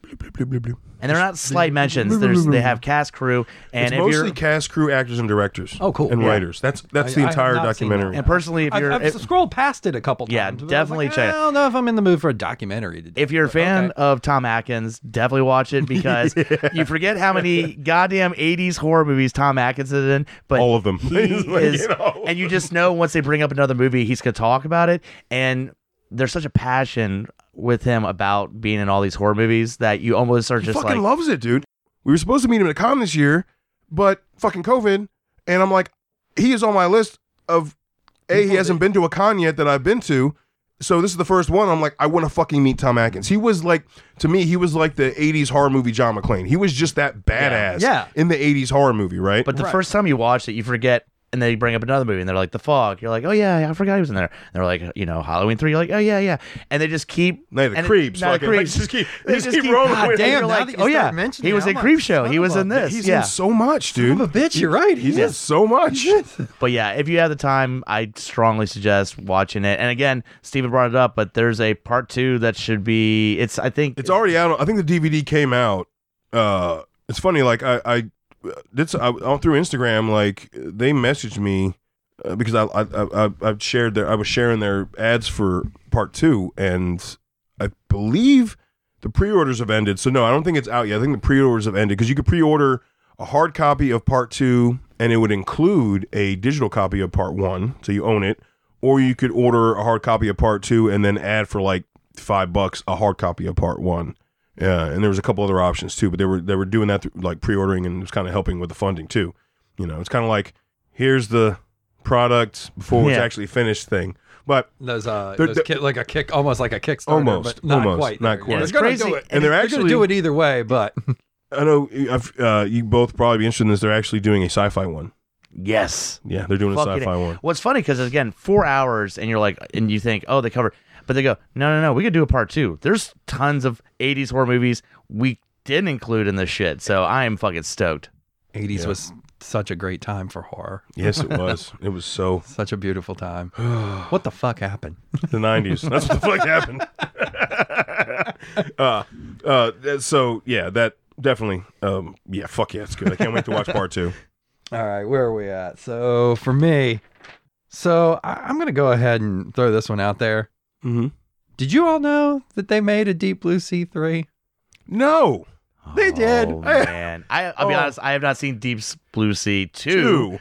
Speaker 1: bloop, bloop, bloop, bloop, bloop.
Speaker 2: and they're not slight mentions. There's they have cast crew, and
Speaker 1: It's
Speaker 2: if
Speaker 1: mostly
Speaker 2: you're
Speaker 1: cast, crew, actors, and directors.
Speaker 3: Oh, cool.
Speaker 1: And
Speaker 3: Yeah.
Speaker 1: writers. That's that's
Speaker 3: I-
Speaker 1: the
Speaker 3: I have
Speaker 1: entire
Speaker 3: not seen that.
Speaker 1: documentary.
Speaker 2: and personally if
Speaker 3: I've,
Speaker 2: you're
Speaker 3: I've
Speaker 2: if,
Speaker 3: scrolled past it a couple times.
Speaker 2: Yeah,
Speaker 3: but I was
Speaker 2: definitely
Speaker 3: like,
Speaker 2: check
Speaker 3: I
Speaker 2: it.
Speaker 3: don't know if I'm in the mood for a documentary today.
Speaker 2: if you're a
Speaker 3: but
Speaker 2: fan
Speaker 3: okay.
Speaker 2: of Tom Atkins, definitely watch it because you forget how many goddamn '80s horror movies Tom Atkins is in. But
Speaker 1: All of them.
Speaker 2: he
Speaker 1: It's like,
Speaker 2: is,
Speaker 1: you know.
Speaker 2: and you just know once they bring up another movie, he's gonna talk about it. And there's such a passion with him about being in all these horror movies that you almost are
Speaker 1: He
Speaker 2: just
Speaker 1: fucking
Speaker 2: like,
Speaker 1: loves it, dude. We were supposed to meet him at a con this year, but fucking COVID. And I'm like, he is on my list of A, he
Speaker 3: People
Speaker 1: hasn't been to a con yet that I've been to. So this is the first one. I'm like, I want to fucking meet Tom Atkins. He was like, to me, he was like the 80s horror movie John McClane. He was just that badass
Speaker 3: Yeah.
Speaker 1: in the 80s horror movie, right?
Speaker 2: but the
Speaker 3: Right.
Speaker 2: first time you watch it, you forget. And they bring up another movie, and they're like, "The Fog." You're like, "Oh yeah, I forgot he was in there." And they're like, "You know, Halloween 3. You're like, "Oh yeah, yeah." And they just keep
Speaker 1: Night of the
Speaker 2: and it-
Speaker 1: Creeps,
Speaker 2: Night of the
Speaker 1: fucking-
Speaker 2: Creeps.
Speaker 1: just keep-
Speaker 2: They
Speaker 1: just keep rolling
Speaker 2: "God
Speaker 1: with it."
Speaker 2: damn,
Speaker 3: Damn,
Speaker 2: you're
Speaker 3: now
Speaker 2: like,
Speaker 3: that you
Speaker 2: "Oh yeah,
Speaker 3: start mentioning
Speaker 2: he
Speaker 3: it,
Speaker 2: was
Speaker 3: I'm
Speaker 2: in
Speaker 3: like,
Speaker 2: Creep Show.
Speaker 3: son
Speaker 2: He
Speaker 3: of
Speaker 2: was
Speaker 3: a
Speaker 2: in this."
Speaker 1: He's
Speaker 2: yeah,
Speaker 1: in so much, dude.
Speaker 3: Son of a bitch, you're right.
Speaker 1: He's in so much.
Speaker 2: But yeah, if you have the time, I strongly suggest watching it. And again, Steven brought it up, but there's a part two that should be. It's I think
Speaker 1: It's already out. I think the DVD came out. Uh, it's funny. Like I, I did so- I, on through Instagram. Like they messaged me uh, because I, I, I, I shared their, I was sharing their ads for part two, and I believe the pre-orders have ended. So no, I don't think it's out yet. I think the pre-orders have ended because you could pre-order a hard copy of part two, and it would include a digital copy of part one, so you own it. Or you could order a hard copy of part two and then add for like five bucks a hard copy of part one. Yeah, and there was a couple other options too, but they were they were doing that through, like pre-ordering and it was kind of helping with the funding too. You know, it's kind of like here's the product before it's
Speaker 2: Yeah.
Speaker 1: actually finished thing. But
Speaker 3: Those, uh,
Speaker 1: They're-
Speaker 3: those
Speaker 1: they're-
Speaker 3: ki- like a kick, almost like a Kickstarter,
Speaker 1: Almost,
Speaker 3: but not
Speaker 1: almost,
Speaker 3: quite.
Speaker 1: not
Speaker 3: there yet.
Speaker 1: quite.
Speaker 2: It's
Speaker 3: They're gonna
Speaker 2: crazy.
Speaker 3: do it.
Speaker 1: and they're
Speaker 3: They're
Speaker 1: actually
Speaker 3: gonna do it either way, but
Speaker 1: I know I've, uh, you both probably be interested in this. They're actually doing a sci-fi one.
Speaker 2: yes.
Speaker 1: Yeah, they're doing a
Speaker 2: Fucking
Speaker 1: sci-fi
Speaker 2: it.
Speaker 1: one.
Speaker 2: What's funny because again, four hours, and you're like, and you think, oh, they cover, but they go, no, no, no, we could do a part two. There's tons of '80s horror movies we didn't include in this shit, so I am fucking stoked.
Speaker 3: 80s
Speaker 1: Yeah.
Speaker 3: was such a great time for horror.
Speaker 1: Yes, it was. It was so
Speaker 3: Such a beautiful time. what the fuck happened?
Speaker 1: the nineties. That's what the fuck happened. uh, uh, th- so yeah, that definitely. Um, yeah, fuck yeah, it's good. I can't wait to watch part two.
Speaker 3: All right, where are we at? So for me, So I- I'm going to go ahead and throw this one out there.
Speaker 1: Mm-hmm.
Speaker 3: Did you all know that they made a Deep Blue Sea 3?
Speaker 1: No, They did.
Speaker 2: Oh, man, I, I'll be
Speaker 1: Oh.
Speaker 2: honest. I have not seen Deep Blue Sea two.
Speaker 1: two,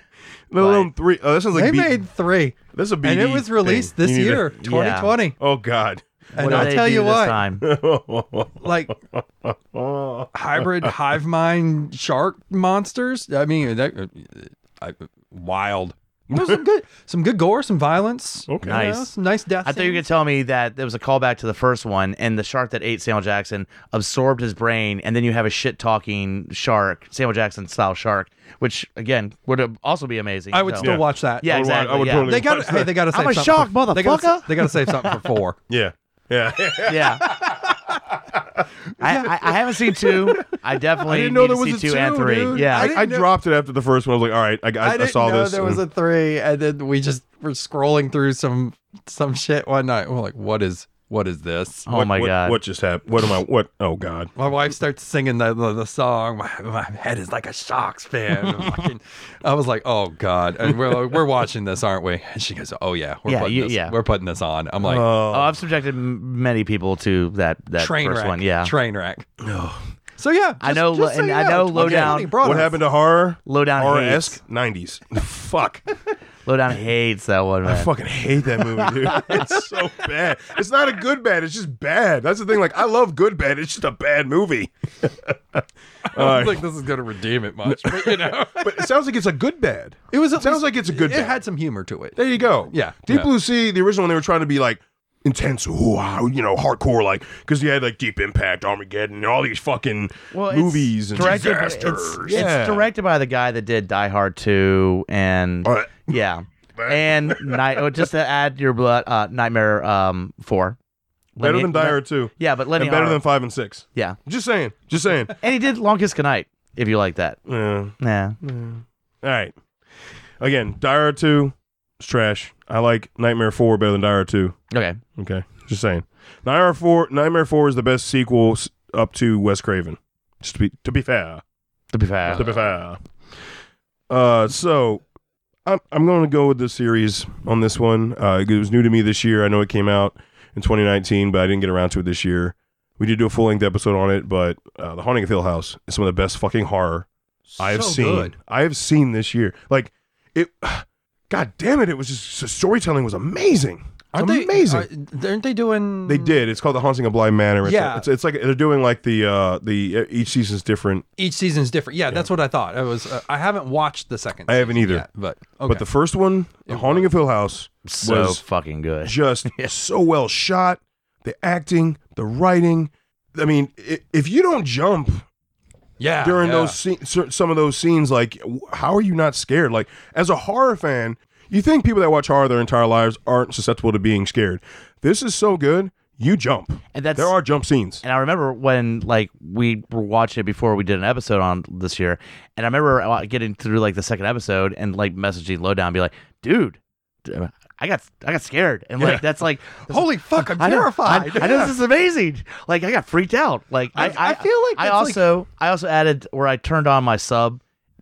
Speaker 1: let alone three. Oh, this sounds like
Speaker 3: they
Speaker 1: B-
Speaker 3: made three.
Speaker 1: This a BD
Speaker 3: And it was
Speaker 1: thing.
Speaker 3: released this
Speaker 1: You need to-
Speaker 3: year, 2020.
Speaker 1: oh God.
Speaker 2: What
Speaker 3: And
Speaker 2: do
Speaker 3: I'll
Speaker 2: they
Speaker 3: tell
Speaker 2: do
Speaker 3: you
Speaker 2: this
Speaker 3: what,
Speaker 2: time?
Speaker 3: like hybrid hive mind shark monsters. I mean, uh, that, I, wild. There's some good, some good gore, some violence.
Speaker 1: Okay.
Speaker 3: you know,
Speaker 2: Nice.
Speaker 3: some nice death.
Speaker 2: I thought you were gonna
Speaker 3: scenes.
Speaker 2: tell me that there was a callback to the first one, and the shark that ate Samuel Jackson absorbed his brain, and then you have a shit talking shark, Samuel Jackson style shark, which again would also be amazing.
Speaker 3: I would
Speaker 2: So-
Speaker 3: still
Speaker 1: Yeah.
Speaker 3: watch that.
Speaker 2: Yeah,
Speaker 1: I would wa- I
Speaker 2: exactly.
Speaker 1: would
Speaker 2: yeah.
Speaker 1: totally-
Speaker 3: they got. Hey, they got to
Speaker 2: I'm
Speaker 3: save.
Speaker 2: a
Speaker 3: something
Speaker 2: shark,
Speaker 3: for- They gotta s-
Speaker 2: motherfucker.
Speaker 3: They got to save something for four.
Speaker 1: Yeah. Yeah.
Speaker 2: yeah. I, I, I haven't seen two. I definitely
Speaker 1: I didn't know
Speaker 2: need
Speaker 1: there
Speaker 2: to
Speaker 1: was
Speaker 2: see
Speaker 1: a
Speaker 2: two, and
Speaker 1: two,
Speaker 2: three.
Speaker 1: dude.
Speaker 2: Yeah.
Speaker 1: I,
Speaker 3: I
Speaker 1: I,
Speaker 3: didn't know-
Speaker 1: dropped it after the first one. I was like, all right, I, I, I,
Speaker 3: didn't
Speaker 1: saw
Speaker 3: know
Speaker 1: this.
Speaker 3: there was
Speaker 1: and-
Speaker 3: a three, and then we just were scrolling through some some shit one night. We're like, "What is what is this?"
Speaker 2: oh
Speaker 1: what-
Speaker 2: my
Speaker 1: what-
Speaker 2: god.
Speaker 1: What just happened? What am I? What? Oh God.
Speaker 3: My wife starts singing the the, the song. My, my head is like a shark's fin. I'm fucking- I was like, oh god, and we're like, we're watching this, aren't we? And she goes, oh yeah, we're
Speaker 2: Yeah,
Speaker 3: putting
Speaker 2: you-
Speaker 3: this,
Speaker 2: yeah.
Speaker 3: we're putting this on. I'm like,
Speaker 2: oh, I've subjected m- many people to that that
Speaker 3: train
Speaker 2: first
Speaker 3: wreck,
Speaker 2: one. Yeah.
Speaker 3: train wreck. So yeah,
Speaker 2: I know lo- and I know low down-
Speaker 1: what happened to horror?
Speaker 2: Low down
Speaker 1: Horror
Speaker 2: hates.
Speaker 1: esque nineties. Fuck.
Speaker 2: Lowdown hates that one.
Speaker 1: I
Speaker 2: Man.
Speaker 1: fucking hate that movie, dude. it's so bad. It's not a good bad. It's just bad. That's the thing. Like I love good bad. It's just a bad movie.
Speaker 3: I don't
Speaker 1: Alright.
Speaker 3: think this is gonna redeem it much, but you know,
Speaker 1: But it sounds like it's a good bad.
Speaker 3: it was.
Speaker 1: It sounds like it's a good.
Speaker 3: It
Speaker 1: bad.
Speaker 3: had some humor to it.
Speaker 1: There you go.
Speaker 3: Yeah,
Speaker 1: Deep
Speaker 3: yeah.
Speaker 1: Blue Sea, the original one, they were trying to be like intense, wow, you know, hardcore, like because you had like Deep Impact, Armageddon, and all these fucking
Speaker 2: it's
Speaker 1: movies and
Speaker 2: directed, by-
Speaker 1: disasters.
Speaker 2: It's, it's directed by the guy that did Die Hard 2 and
Speaker 1: All right.
Speaker 2: yeah. and night, oh, just to add your blood, uh, Nightmare um, 4.
Speaker 1: better
Speaker 2: Lenny-
Speaker 1: than Die
Speaker 2: Le-
Speaker 1: Hard two,
Speaker 2: Yeah, but Lenny
Speaker 1: and better
Speaker 2: Hara-
Speaker 1: than five and six.
Speaker 2: Yeah.
Speaker 1: Just saying. Just saying.
Speaker 2: And he did Long Kiss Goodnight, if you like that.
Speaker 1: yeah.
Speaker 2: Yeah.
Speaker 1: All right. Again, Die Hard two is trash. I like Nightmare four better than Die Hard two.
Speaker 2: Okay.
Speaker 1: Okay, just saying. Nightmare four, Nightmare four is the best sequel s- up to Wes Craven. Just to be to be fair.
Speaker 2: To be fair.
Speaker 1: to be fair. Uh, so I'm I'm going to go with the series on this one. Uh, it was new to me this year. I know it came out in 2019, but I didn't get around to it this year. We did do a full length episode on it, but uh, the Haunting of Hill House is some of the best fucking horror I have
Speaker 3: So
Speaker 1: seen.
Speaker 3: good.
Speaker 1: I have seen this year. Like it. God damn it! It was just the storytelling was amazing. It's
Speaker 3: Aren't they
Speaker 1: amazing.
Speaker 3: are- aren't they doing?
Speaker 1: they did. It's called The Haunting of Bly Manor. It's
Speaker 3: Yeah.
Speaker 1: it's, it's like they're doing like the uh the each season's different.
Speaker 3: Each season's different. Yeah, that's what I thought. I was. Uh, I haven't watched the second.
Speaker 1: I haven't
Speaker 3: season
Speaker 1: either.
Speaker 3: yet, but okay.
Speaker 1: But the first one, The
Speaker 3: It
Speaker 1: Haunting of Hill House,
Speaker 2: So
Speaker 1: was
Speaker 2: fucking good.
Speaker 1: just so well shot. The acting, the writing. I mean, i- if you don't jump
Speaker 3: yeah
Speaker 1: during
Speaker 3: Ah, yeah.
Speaker 1: those sce- cer- some of those scenes, like w- how are you not scared? Like as a horror fan, you think people that watch horror their entire lives aren't susceptible to being scared. This is so good, you jump.
Speaker 2: And that's
Speaker 1: there are jump scenes.
Speaker 2: And I remember when like we were watching it before we did an episode on this year, and I remember uh, getting through like the second episode and like messaging Lowdown, and be like, dude, d- I got I got scared, and like
Speaker 1: Yeah.
Speaker 2: that's like
Speaker 3: Holy fuck! I'm
Speaker 2: I know-
Speaker 3: terrified.
Speaker 2: I, I know this is amazing. Like I got freaked out. Like I,
Speaker 3: I-
Speaker 2: I,
Speaker 3: I feel like
Speaker 2: I
Speaker 3: that's, like-
Speaker 2: also I also added where I turned on my sub,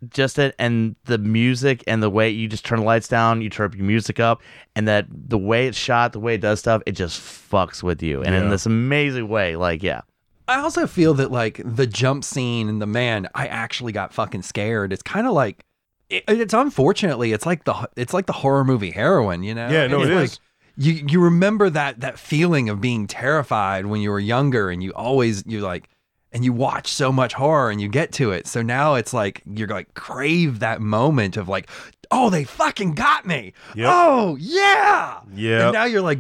Speaker 2: just it and the music and the way you just turn the lights down, you turn your music up, and that the way it's shot, the way it does stuff, it just fucks with you, and in
Speaker 1: Yeah.
Speaker 2: this amazing way. Like yeah,
Speaker 3: I also feel that like the jump scene and the man, I actually got fucking scared. It's kind of like it, it's unfortunately it's like the it's like the horror movie heroine, you know?
Speaker 1: Yeah, no,
Speaker 3: it's
Speaker 1: it
Speaker 3: like,
Speaker 1: is.
Speaker 3: You you remember that that feeling of being terrified when you were younger, and you always you like and you watch so much horror and you get to it. So now it's like you're like crave that moment of like, oh, they fucking got me.
Speaker 1: Yep.
Speaker 3: Oh yeah.
Speaker 1: Yep.
Speaker 3: And now you're like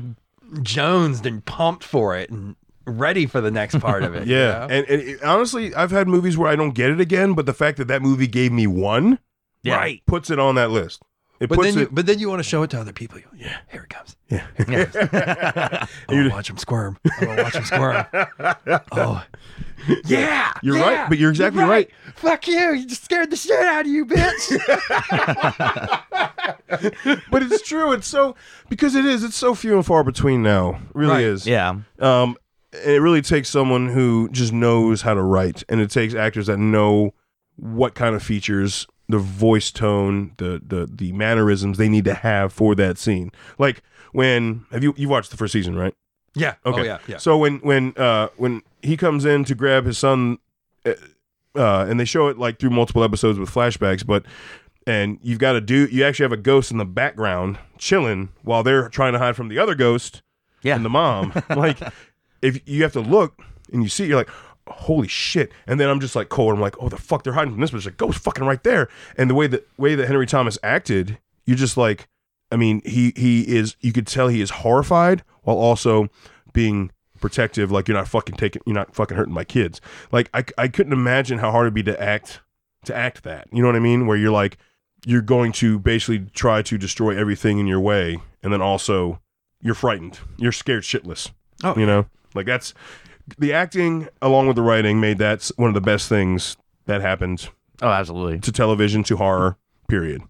Speaker 3: jonesed and pumped for it and ready for the next part of it. you
Speaker 1: Yeah,
Speaker 3: know?
Speaker 1: and, and it- honestly, I've had movies where I don't get it again, but the fact that that movie gave me one
Speaker 2: Yeah.
Speaker 3: Right.
Speaker 1: puts it on that list. It
Speaker 3: But
Speaker 1: puts
Speaker 3: then, you,
Speaker 1: it.
Speaker 3: but then you want to show it to other people. You're, yeah, here it comes. I
Speaker 1: You-
Speaker 3: want to watch him squirm. I want to watch him squirm. Oh, yeah.
Speaker 1: You're right,
Speaker 3: yeah,
Speaker 1: but you're exactly right.
Speaker 3: Fuck you. You just scared the shit out of you, bitch.
Speaker 1: but it's true. It's so because it is. It's so few and far between now. It Really
Speaker 3: Right.
Speaker 1: is.
Speaker 2: yeah.
Speaker 1: Um, and it really takes someone who just knows how to write, and it takes actors that know what kind of features the voice tone, the the the mannerisms they need to have for that scene. Like when have you you watched the first season, right?
Speaker 3: Yeah.
Speaker 1: Okay.
Speaker 3: Oh, yeah. Yeah.
Speaker 1: So when when uh when he comes in to grab his son, uh, uh, and they show it like through multiple episodes with flashbacks, but and you've got a dude, you actually have a ghost in the background chilling while they're trying to hide from the other ghost
Speaker 2: Yeah.
Speaker 1: and the mom. like if you have to look and you see, it, you're like. Holy shit! And then I'm just like cold. I'm like, oh the fuck, they're hiding from this, but it's like ghost fucking right there. And the way that way that Henry Thomas acted, you're just like, I mean, he he is. You could tell he is horrified while also being protective. Like you're not fucking taking, you're not fucking hurting my kids. Like I, I couldn't imagine how hard it'd be to act to act that. You know what I mean? Where you're like, you're going to basically try to destroy everything in your way, and then also you're frightened, you're scared shitless.
Speaker 3: Oh.
Speaker 1: you know, like that's the acting along with the writing made that s- one of the best things that happened
Speaker 2: Oh, absolutely.
Speaker 1: to television to horror period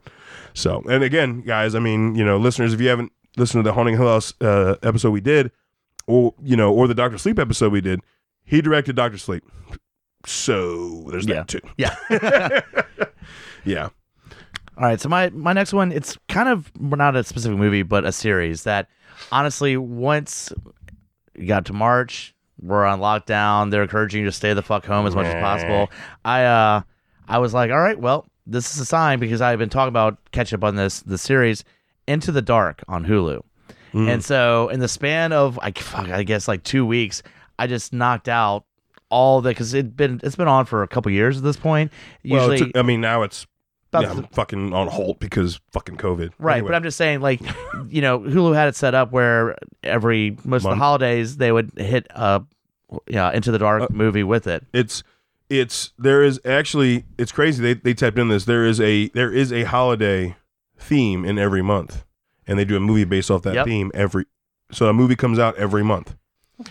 Speaker 1: so and again guys i mean you know listeners if you haven't listened to the haunting hill house uh, episode we did or you know or the doctor sleep episode we did he directed doctor sleep so there's that too
Speaker 2: Yeah.
Speaker 1: yeah
Speaker 2: All right, so my my next one, it's kind of well, not a specific movie, but a series that honestly, once it got to March, we're on lockdown. They're encouraging you to stay the fuck home as much as
Speaker 1: Meh.
Speaker 2: possible. I uh I was like, all right, well, this is a sign because I've been talking about catch up on this the series Into the Dark on Hulu.
Speaker 1: Mm.
Speaker 2: And so in the span of I fuck, I guess like two weeks, I just knocked out all the because it been it's been on for a couple years at this point. Usually
Speaker 1: well it took- i mean now it's
Speaker 2: About
Speaker 1: yeah,
Speaker 2: the-
Speaker 1: fucking on halt because fucking covid
Speaker 2: Right,
Speaker 1: Anyway.
Speaker 2: but I'm just saying, like, you know, Hulu had it set up where every most of
Speaker 1: Month.
Speaker 2: the holidays they would hit uh, yeah, Into the Dark movie with it.
Speaker 1: it's it's there is actually it's crazy they they tapped in this there is a there is a holiday theme in every month and they do a movie based off that
Speaker 2: Yep.
Speaker 1: theme every so a movie comes out every month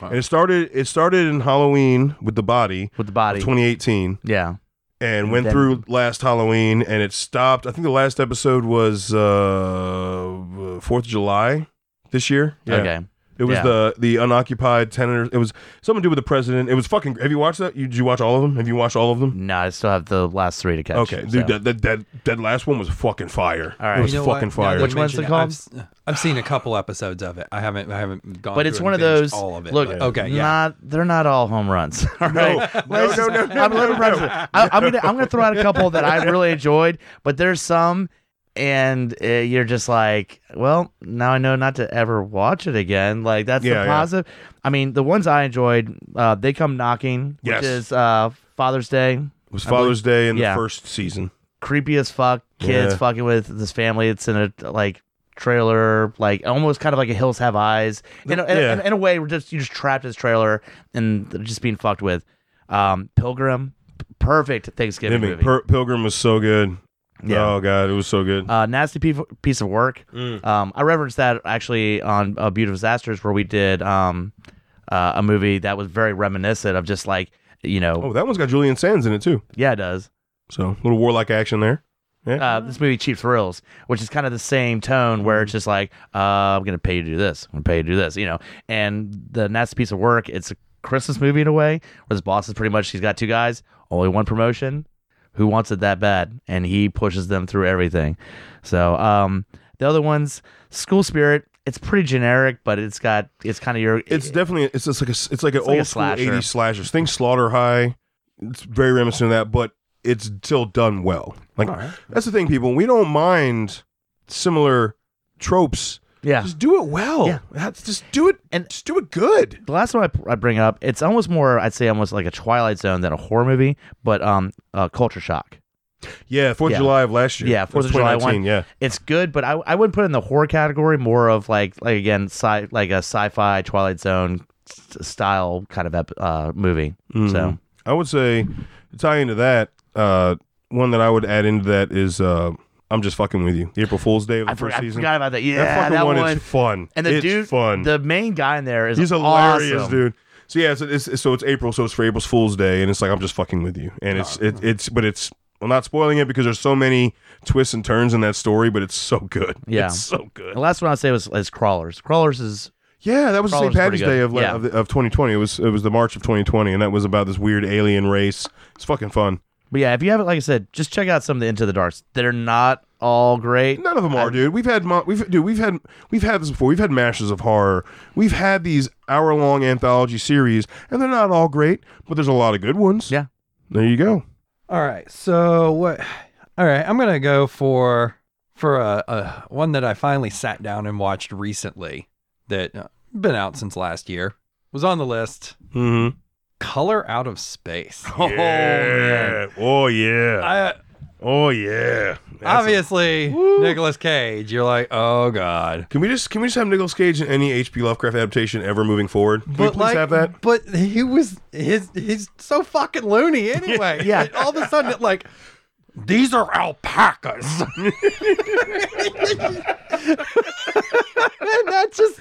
Speaker 3: Wow.
Speaker 1: and it started it started in Halloween with the body
Speaker 2: with the
Speaker 1: of
Speaker 2: body.
Speaker 1: 2018
Speaker 2: yeah,
Speaker 1: and went
Speaker 2: Then-
Speaker 1: through last Halloween and it stopped I think the last episode was uh 4th of July this year
Speaker 2: Okay.
Speaker 1: it was
Speaker 2: Yeah.
Speaker 1: the the unoccupied tenant or- it was something to do with the president it was fucking have you watched that you, did you watch all of them have you watched all of them
Speaker 2: No, I still have the last three to catch.
Speaker 1: Okay, dude,
Speaker 2: so.
Speaker 1: that, that that that last one was fucking fire.
Speaker 2: All right.
Speaker 1: it was
Speaker 3: You know what?
Speaker 1: fucking
Speaker 3: Now
Speaker 1: fire.
Speaker 3: that
Speaker 2: Which
Speaker 3: you
Speaker 2: one's
Speaker 3: mention
Speaker 2: it
Speaker 3: it,
Speaker 2: called?
Speaker 3: I've, s- I've seen a couple episodes of it. I haven't. I haven't gone.
Speaker 2: But
Speaker 3: through
Speaker 2: it's
Speaker 3: and
Speaker 2: one of
Speaker 3: binged
Speaker 2: those.
Speaker 3: all of it.
Speaker 2: Look,
Speaker 3: but- okay, yeah.
Speaker 2: not they're not all home runs. All right,
Speaker 1: no,
Speaker 2: Let's
Speaker 1: no,
Speaker 2: just-
Speaker 1: no, no,
Speaker 2: I'm, let me
Speaker 1: no,
Speaker 2: preface it. I, am gonna I'm gonna throw out a couple that I really enjoyed, but there's some, and uh, you're just like, well, now I know not to ever watch it again. Like that's
Speaker 1: Yeah,
Speaker 2: the
Speaker 1: yeah.
Speaker 2: positive. I mean, the ones I enjoyed, uh, they come knocking,
Speaker 1: Yes.
Speaker 2: which is uh, Father's Day.
Speaker 1: it was
Speaker 2: I believe-
Speaker 1: Father's Day in
Speaker 2: yeah.
Speaker 1: the first season.
Speaker 2: creepy as fuck. Kids
Speaker 1: Yeah.
Speaker 2: fucking with this family. It's in a like trailer, like almost kind of like a Hills Have Eyes. In a, in, a-
Speaker 1: Yeah.
Speaker 2: in, a way, we're just you're just trapped in this trailer and they're just being fucked with. Um, Pilgrim, p- perfect Thanksgiving
Speaker 1: Living
Speaker 2: movie.
Speaker 1: Pil- Pilgrim was so good.
Speaker 2: Yeah.
Speaker 1: Oh god, it was so good.
Speaker 2: uh, nasty piece piece of work.
Speaker 1: Mm.
Speaker 2: Um, I referenced that actually on uh, Beautiful Disasters where we did um, uh, a movie that was very reminiscent of just like you know
Speaker 1: oh, that one's got Julian Sands in it too.
Speaker 2: yeah it does.
Speaker 1: So a little warlike action there.
Speaker 2: uh, this movie Cheap Thrills, which is kind of the same tone where it's just like, uh, I'm gonna pay you to do this, I'm gonna pay you to do this, you know. And the nasty piece of work, it's a Christmas movie in a way, where this boss is pretty much he's got two guys, only one promotion, who wants it that bad, and he pushes them through everything. So um, the other ones, School Spirit, it's pretty generic, but it's got it's kind of your
Speaker 1: It's definitely it's just like a s- it's like an
Speaker 2: It's like
Speaker 1: old
Speaker 2: a
Speaker 1: school
Speaker 2: slasher.
Speaker 1: '80s slasher. Think Slaughter High. It's very reminiscent of that, but it's still done well. Like
Speaker 3: All right.
Speaker 1: that's the thing, people. We don't mind similar tropes.
Speaker 2: yeah.
Speaker 1: Just do it well.
Speaker 2: Yeah.
Speaker 1: That's- Just do it
Speaker 2: And-
Speaker 1: and just do it good.
Speaker 2: the last one I, I bring up, it's almost more I'd say almost like a Twilight Zone than a horror movie, but um, uh, Culture Shock.
Speaker 1: Yeah, Fourth
Speaker 2: Yeah.
Speaker 1: of July of last year.
Speaker 2: Yeah,
Speaker 1: That
Speaker 2: Fourth
Speaker 1: was
Speaker 2: of July
Speaker 1: 2019,
Speaker 2: one.
Speaker 1: Yeah,
Speaker 2: it's good, but I, I wouldn't put it in the horror category. More of like like again, sci like a sci-fi Twilight Zone s- style kind of ep- uh, movie. So
Speaker 1: I would say to tie into that, uh, one that I would add into that is uh, I'm just fucking with you. The April Fool's Day of the
Speaker 2: I, for-
Speaker 1: first
Speaker 2: I
Speaker 1: season.
Speaker 2: forgot about that. Yeah,
Speaker 1: that fucking
Speaker 2: that
Speaker 1: one,
Speaker 2: one.
Speaker 1: is fun.
Speaker 2: and the
Speaker 1: it's
Speaker 2: dude,
Speaker 1: fun.
Speaker 2: the main guy in there is
Speaker 1: He's hilarious,
Speaker 2: awesome.
Speaker 1: dude. So yeah, so it's, so it's April, so it's for April's Fool's Day, and it's like I'm just fucking with you, and it's it, it's but it's I'm not spoiling it because there's so many twists and turns in that story, but it's so good.
Speaker 2: Yeah.
Speaker 1: it's so good.
Speaker 2: The last one I'd say was is Crawlers. Crawlers is
Speaker 1: Yeah, that was
Speaker 2: Crawler's
Speaker 1: St. Patty's
Speaker 2: pretty
Speaker 1: Day
Speaker 2: good.
Speaker 1: of, la-
Speaker 2: Yeah.
Speaker 1: of, the, of 2020. It was it was the March of 2020, and that was about this weird alien race. It's fucking fun.
Speaker 2: But yeah, if you haven't, like I said, just check out some of the Into the Darks. They're not all great.
Speaker 1: None of them are, dude. We've had mo- we've dude, we've had we've had this before. We've had mashes of horror. We've had these hour long anthology series, and they're not all great, but there's a lot of good ones.
Speaker 2: Yeah.
Speaker 1: There you go.
Speaker 3: All right. So what? All right. I'm gonna go for for a, a one that I finally sat down and watched recently. That uh, been out since last year. Was on the list.
Speaker 1: Mm-hmm.
Speaker 3: Color out of space.
Speaker 1: Oh yeah. Oh yeah.
Speaker 3: I,
Speaker 1: oh yeah. That's a-
Speaker 3: obviously, Nicolas Cage. You're like, oh god.
Speaker 1: can we just can we just have Nicolas Cage in any H.P. Lovecraft adaptation ever moving forward? Can we please have that?
Speaker 3: But he was his he's so fucking loony anyway.
Speaker 2: Yeah.
Speaker 3: And all of a sudden it like these are alpacas. and that just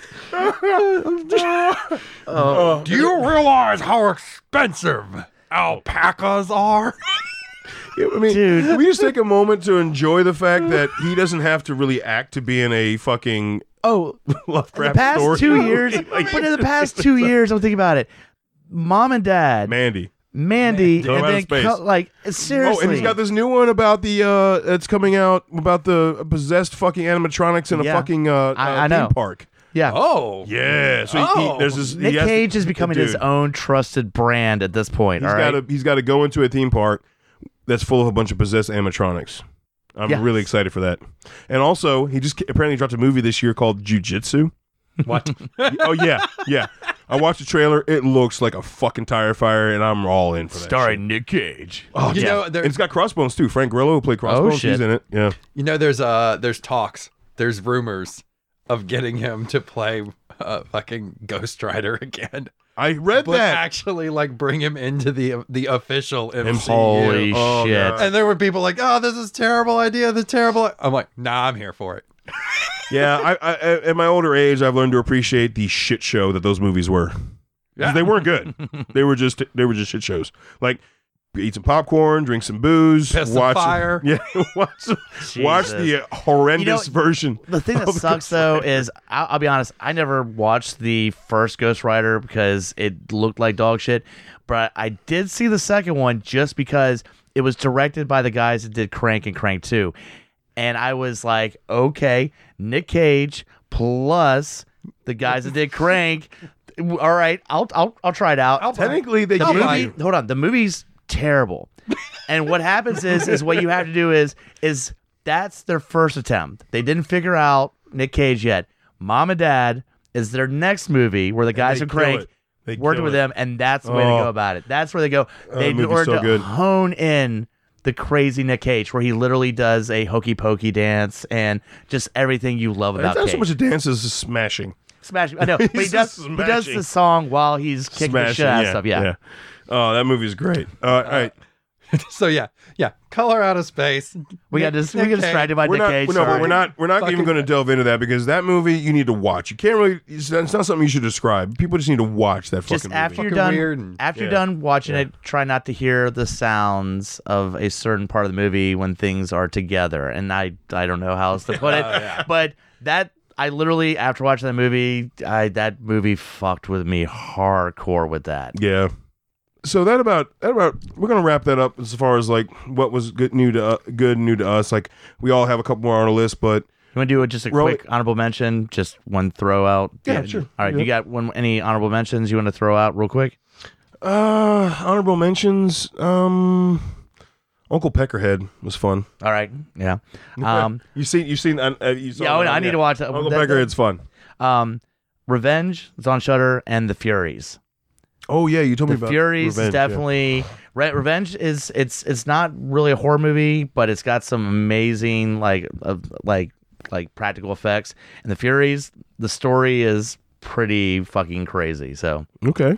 Speaker 1: Oh,
Speaker 3: Do you realize how expensive alpacas are?
Speaker 1: I mean,
Speaker 2: Dude.
Speaker 1: can we just take a moment to enjoy the fact that he doesn't have to really act to be in a fucking
Speaker 2: Oh, in the
Speaker 1: Lovecraft
Speaker 2: past
Speaker 1: story.
Speaker 2: two years, but in the past two years, I'm thinking about it. Mom and Dad,
Speaker 1: Mandy.
Speaker 2: Mandy,
Speaker 1: Go
Speaker 2: and
Speaker 1: out
Speaker 2: then
Speaker 1: of space.
Speaker 2: co- like seriously.
Speaker 1: Oh, and he's got this new one about the uh that's coming out about the possessed fucking animatronics in a
Speaker 2: Yeah.
Speaker 1: fucking uh,
Speaker 2: I-
Speaker 1: uh,
Speaker 2: I
Speaker 1: theme
Speaker 2: know.
Speaker 1: park.
Speaker 2: yeah.
Speaker 3: Oh.
Speaker 1: Yeah. So he, he,
Speaker 3: Oh.
Speaker 1: there's this he
Speaker 2: Nick
Speaker 1: has to-
Speaker 2: Cage is becoming his
Speaker 1: dude,
Speaker 2: own trusted brand at this point.
Speaker 1: He's
Speaker 2: all right,
Speaker 1: got to he's got to go into a theme park that's full of a bunch of possessed animatronics. I'm
Speaker 2: Yeah.
Speaker 1: really excited for that. And also, he just apparently dropped a movie this year called Jujitsu.
Speaker 3: What?
Speaker 1: oh yeah, yeah. I watched the trailer. It looks like a fucking tire fire, and I'm all in for that. shit.
Speaker 2: Nick Cage.
Speaker 1: Oh,
Speaker 3: You
Speaker 1: yeah.
Speaker 3: know, there-
Speaker 1: And it's got Crossbones too. Frank Grillo who played Crossbones. He's
Speaker 2: Oh, shit.
Speaker 1: in it. Yeah.
Speaker 3: You know, there's uh, there's talks, there's rumors of getting him to play uh, fucking Ghost Rider again,
Speaker 1: I read
Speaker 3: but
Speaker 1: that.
Speaker 3: actually like bring him into the the official MCU.
Speaker 2: Holy
Speaker 1: Oh,
Speaker 2: shit!
Speaker 1: God.
Speaker 3: And there were people like, "Oh, this is a terrible idea. This is terrible." I'm like, "Nah, I'm here for it."
Speaker 1: yeah. I, I, I- at my older age, I've learned to appreciate the shit show that those movies were. 'Cause
Speaker 3: Yeah.
Speaker 1: They weren't good. they were just they were just shit shows. Like eat some popcorn, drink some booze,
Speaker 3: Piss some
Speaker 1: watch
Speaker 3: fire.
Speaker 1: Yeah. Watch some- watch the horrendous
Speaker 2: You
Speaker 1: version.
Speaker 2: The thing that
Speaker 1: of
Speaker 2: sucks though is I'll, I'll be honest. I never watched the first Ghost Rider because it looked like dog shit, but I did see the second one just because it was directed by the guys that did Crank and Crank Two, and I was like, okay, Nick Cage plus the guys that did Crank. All right, I'll I'll I'll try it out.
Speaker 1: Technically, they
Speaker 3: Come
Speaker 1: gave
Speaker 3: on.
Speaker 1: you-
Speaker 2: movie- hold on. The movie's terrible. and what happens is is what you have to do is is that's their first attempt. They didn't figure out Nick Cage yet. Mom and Dad is their next movie where the guys
Speaker 1: they
Speaker 2: from
Speaker 1: kill
Speaker 2: Crank
Speaker 1: it. They
Speaker 2: worked
Speaker 1: kill
Speaker 2: with
Speaker 1: it.
Speaker 2: them, and that's the way to
Speaker 1: Oh.
Speaker 2: go about it. That's where they go. They
Speaker 1: movie's
Speaker 2: order
Speaker 1: so
Speaker 2: to
Speaker 1: good.
Speaker 2: hone in the crazy Nick Cage, where he literally does a hokey pokey dance and just everything you love
Speaker 1: It's
Speaker 2: about
Speaker 1: not
Speaker 2: Cage.
Speaker 1: so much a dance as a smashing.
Speaker 2: smashing. I know, but he
Speaker 1: He's
Speaker 2: does.
Speaker 1: just
Speaker 2: He does
Speaker 1: smashing.
Speaker 2: the song while he's kicking the shit out of stuff. Yeah.
Speaker 1: Oh, that movie's great. Uh, all right.
Speaker 3: so yeah, yeah, color out of space.
Speaker 2: We got
Speaker 3: Nick-
Speaker 2: dis- we
Speaker 3: Nick
Speaker 2: got
Speaker 3: Cage.
Speaker 2: distracted by
Speaker 1: We're
Speaker 2: Nick
Speaker 1: not,
Speaker 2: Cage.
Speaker 1: we're, no,
Speaker 2: sorry.
Speaker 1: we're not. We're not even
Speaker 3: Fucking-
Speaker 1: going to delve into that because that movie you need to watch. You can't really. It's not, it's not something you should describe. People just need to watch that
Speaker 2: Just
Speaker 1: fucking
Speaker 2: after
Speaker 1: movie.
Speaker 2: you're
Speaker 3: Fucking
Speaker 2: done,
Speaker 3: weird and-
Speaker 2: after you're
Speaker 1: Yeah.
Speaker 2: done watching it, try not to hear the sounds of a certain part of the movie when things are together. And I, I don't know how else to put it, but that I literally after watching that movie, I that movie fucked with me hardcore with that.
Speaker 1: Yeah. So that about that about we're gonna wrap that up as far as like what was good new to uh, good new to us. Like we all have a couple more on our list, but
Speaker 2: You want to do a, just a
Speaker 1: Roll
Speaker 2: quick honorable mention, just one throw out.
Speaker 1: Yeah, sure.
Speaker 2: All right,
Speaker 1: Yeah.
Speaker 2: you got one any honorable mentions you want to throw out real quick?
Speaker 1: uh honorable mentions. Um, Uncle Peckerhead was fun.
Speaker 2: All right, yeah. Um,
Speaker 1: you seen you seen uh, uh, you saw
Speaker 2: yeah, I,
Speaker 1: that,
Speaker 2: I need to watch that.
Speaker 1: Uncle
Speaker 2: that- that-
Speaker 1: Peckerhead's fun.
Speaker 2: Um, Revenge is on Shutter and The Furies.
Speaker 1: Oh yeah, you told me
Speaker 2: The
Speaker 1: about
Speaker 2: Furies
Speaker 1: Revenge,
Speaker 2: is
Speaker 1: yeah.
Speaker 2: definitely Re- Revenge is it's it's not really a horror movie, but it's got some amazing like uh, like like practical effects. And The Furies, the story is pretty fucking crazy. So
Speaker 1: Okay.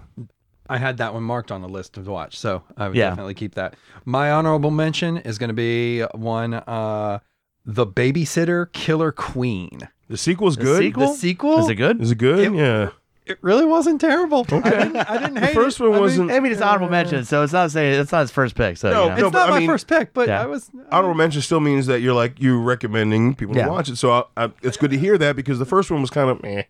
Speaker 3: I had that one marked on the list to watch, so I would
Speaker 2: Yeah.
Speaker 3: definitely keep that. My honorable mention is going to be one, uh, the Babysitter Killer Queen.
Speaker 1: The sequel's
Speaker 2: The
Speaker 1: good.
Speaker 2: sequel?
Speaker 3: The sequel
Speaker 2: is it good?
Speaker 1: Is it good?
Speaker 3: It-
Speaker 1: yeah.
Speaker 3: It really wasn't terrible. I didn't, I didn't hate
Speaker 1: The first
Speaker 3: it.
Speaker 1: one
Speaker 3: I mean,
Speaker 1: wasn't.
Speaker 2: I mean, it's honorable mention, so it's not saying it's not his first pick. So
Speaker 1: No,
Speaker 2: you know.
Speaker 1: it's
Speaker 3: it's
Speaker 1: but
Speaker 3: not
Speaker 1: I
Speaker 3: my
Speaker 1: mean-
Speaker 3: first pick, but
Speaker 2: Yeah.
Speaker 3: I was.
Speaker 1: honorable mention still means that you're like you recommending people
Speaker 2: Yeah.
Speaker 1: to watch it. So I, I, it's good to hear that because the first one was kind of meh.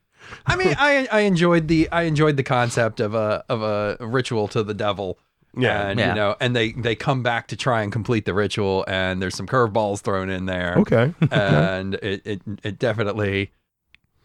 Speaker 3: I mean, I I enjoyed the I enjoyed the concept of a of a ritual to the devil
Speaker 1: Yeah.
Speaker 3: and
Speaker 2: Yeah.
Speaker 3: you know, and they they come back to try and complete the ritual, and there's some curveballs thrown in there,
Speaker 1: Okay.
Speaker 3: and it, it it definitely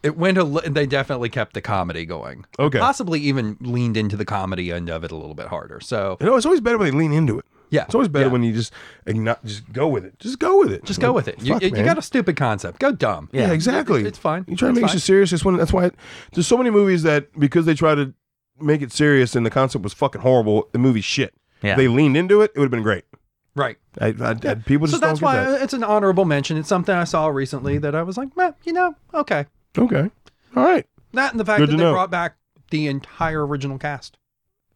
Speaker 3: it went a li- they definitely kept the comedy going,
Speaker 1: Okay.
Speaker 3: possibly even leaned into the comedy end of it a little bit harder. So
Speaker 1: You know, it's always better when they lean into it.
Speaker 3: yeah,
Speaker 1: It's always better
Speaker 3: Yeah.
Speaker 1: when you just igno- just go with it. Just go with it.
Speaker 3: just go with it. You,
Speaker 1: Fuck,
Speaker 3: you you
Speaker 1: man.
Speaker 3: got a stupid concept, go dumb.
Speaker 1: Yeah,
Speaker 2: Yeah.
Speaker 1: exactly.
Speaker 3: It's fine.
Speaker 1: You try to
Speaker 3: It's
Speaker 1: make it
Speaker 3: fine.
Speaker 1: serious. This one. That's why there's so many movies that because they try to make it serious and the concept was fucking horrible. The movie's shit.
Speaker 2: Yeah.
Speaker 1: If they leaned into it. It would have been great.
Speaker 3: right.
Speaker 1: I, I, I- people just
Speaker 3: So that's
Speaker 1: don't
Speaker 3: why
Speaker 1: get
Speaker 3: it's an honorable mention. It's something I saw recently that I was like, "Meh, you know, okay.
Speaker 1: that. Okay. All right.
Speaker 3: That and the fact
Speaker 1: Good
Speaker 3: that
Speaker 1: to
Speaker 3: they
Speaker 1: know.
Speaker 3: brought back the entire original cast.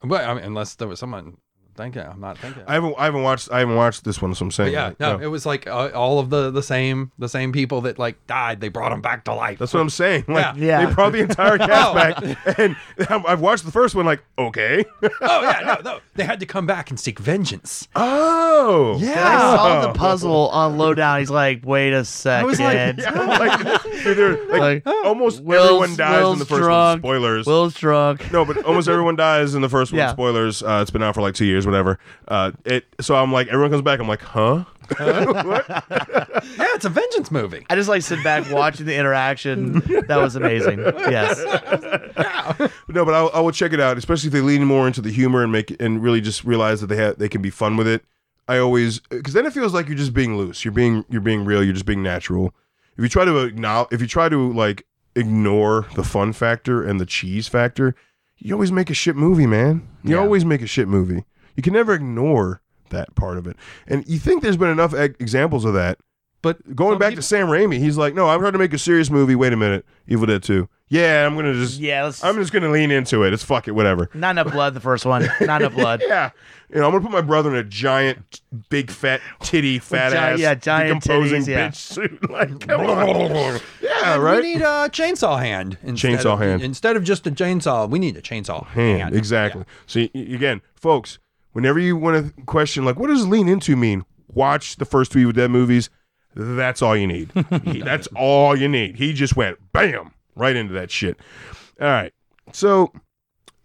Speaker 3: But I mean, unless there was someone thinking, I'm not thinking.
Speaker 1: I haven't I haven't watched I haven't watched this one, so I'm
Speaker 3: but
Speaker 1: saying
Speaker 3: yeah,
Speaker 1: like,
Speaker 3: no, it was like uh, all of the the same the same people that like died. They brought them back to life.
Speaker 1: That's what I'm saying. Like
Speaker 2: Yeah. Yeah.
Speaker 1: they brought the entire cast back, and I'm- I've watched the first one. Like okay,
Speaker 3: oh yeah, no, no, they had to come back and seek vengeance.
Speaker 1: oh
Speaker 2: I saw the puzzle on lowdown. He's like, wait a second.
Speaker 3: was like,
Speaker 1: Yeah, like, dude, they're- like,
Speaker 2: Like,
Speaker 1: almost
Speaker 2: Will's-
Speaker 1: everyone dies in
Speaker 2: Will's
Speaker 1: the first one.
Speaker 2: drunk.
Speaker 1: Spoilers.
Speaker 2: Will's drunk.
Speaker 1: no, but almost everyone dies in the first one.
Speaker 2: Yeah.
Speaker 1: Spoilers. Uh, it's been out for like two years, whatever. Uh, it. So I'm like, everyone comes back. I'm like, huh?
Speaker 3: Yeah, it's a vengeance movie.
Speaker 2: I just like sit back watching the interaction. That was amazing. Yes.
Speaker 1: No, but I'll, I will check it out, especially if they lean more into the humor and make and really just realize that they have they can be fun with it. I always because then it feels like you're just being loose. You're being you're being real. You're just being natural. If you try to acknowledge, if you try to like ignore the fun factor and the cheese factor, you always make a shit movie, man. You
Speaker 3: Yeah.
Speaker 1: always make a shit movie. You can never ignore that part of it. And you think there's been enough e- examples of that. But going
Speaker 3: some
Speaker 1: back
Speaker 3: people-
Speaker 1: to Sam Raimi, he's like, no, I'm trying to make a serious movie. Wait a minute, Evil Dead Two. Yeah, I'm gonna just
Speaker 2: Yeah, let's
Speaker 1: I'm just gonna lean into it. It's fuck it, whatever.
Speaker 2: not enough blood, the first one. Not enough blood.
Speaker 1: Yeah, you know I'm gonna put my brother in a giant, big fat titty, fat
Speaker 2: gi-
Speaker 1: ass,
Speaker 2: yeah, giant
Speaker 1: decomposing
Speaker 2: titties, yeah.
Speaker 1: bitch suit. Like, come on. yeah,
Speaker 3: And
Speaker 1: right.
Speaker 3: We need a chainsaw hand. Instead
Speaker 1: Chainsaw
Speaker 3: of,
Speaker 1: hand.
Speaker 3: Instead of just a chainsaw, we need a chainsaw hand.
Speaker 1: Hand, exactly. So y- y- again, folks, whenever you want to question, like, what does lean into mean? Watch the first two Evil Dead movies. That's all you need. He- that's all you need. He just went bam right into that shit. All right. So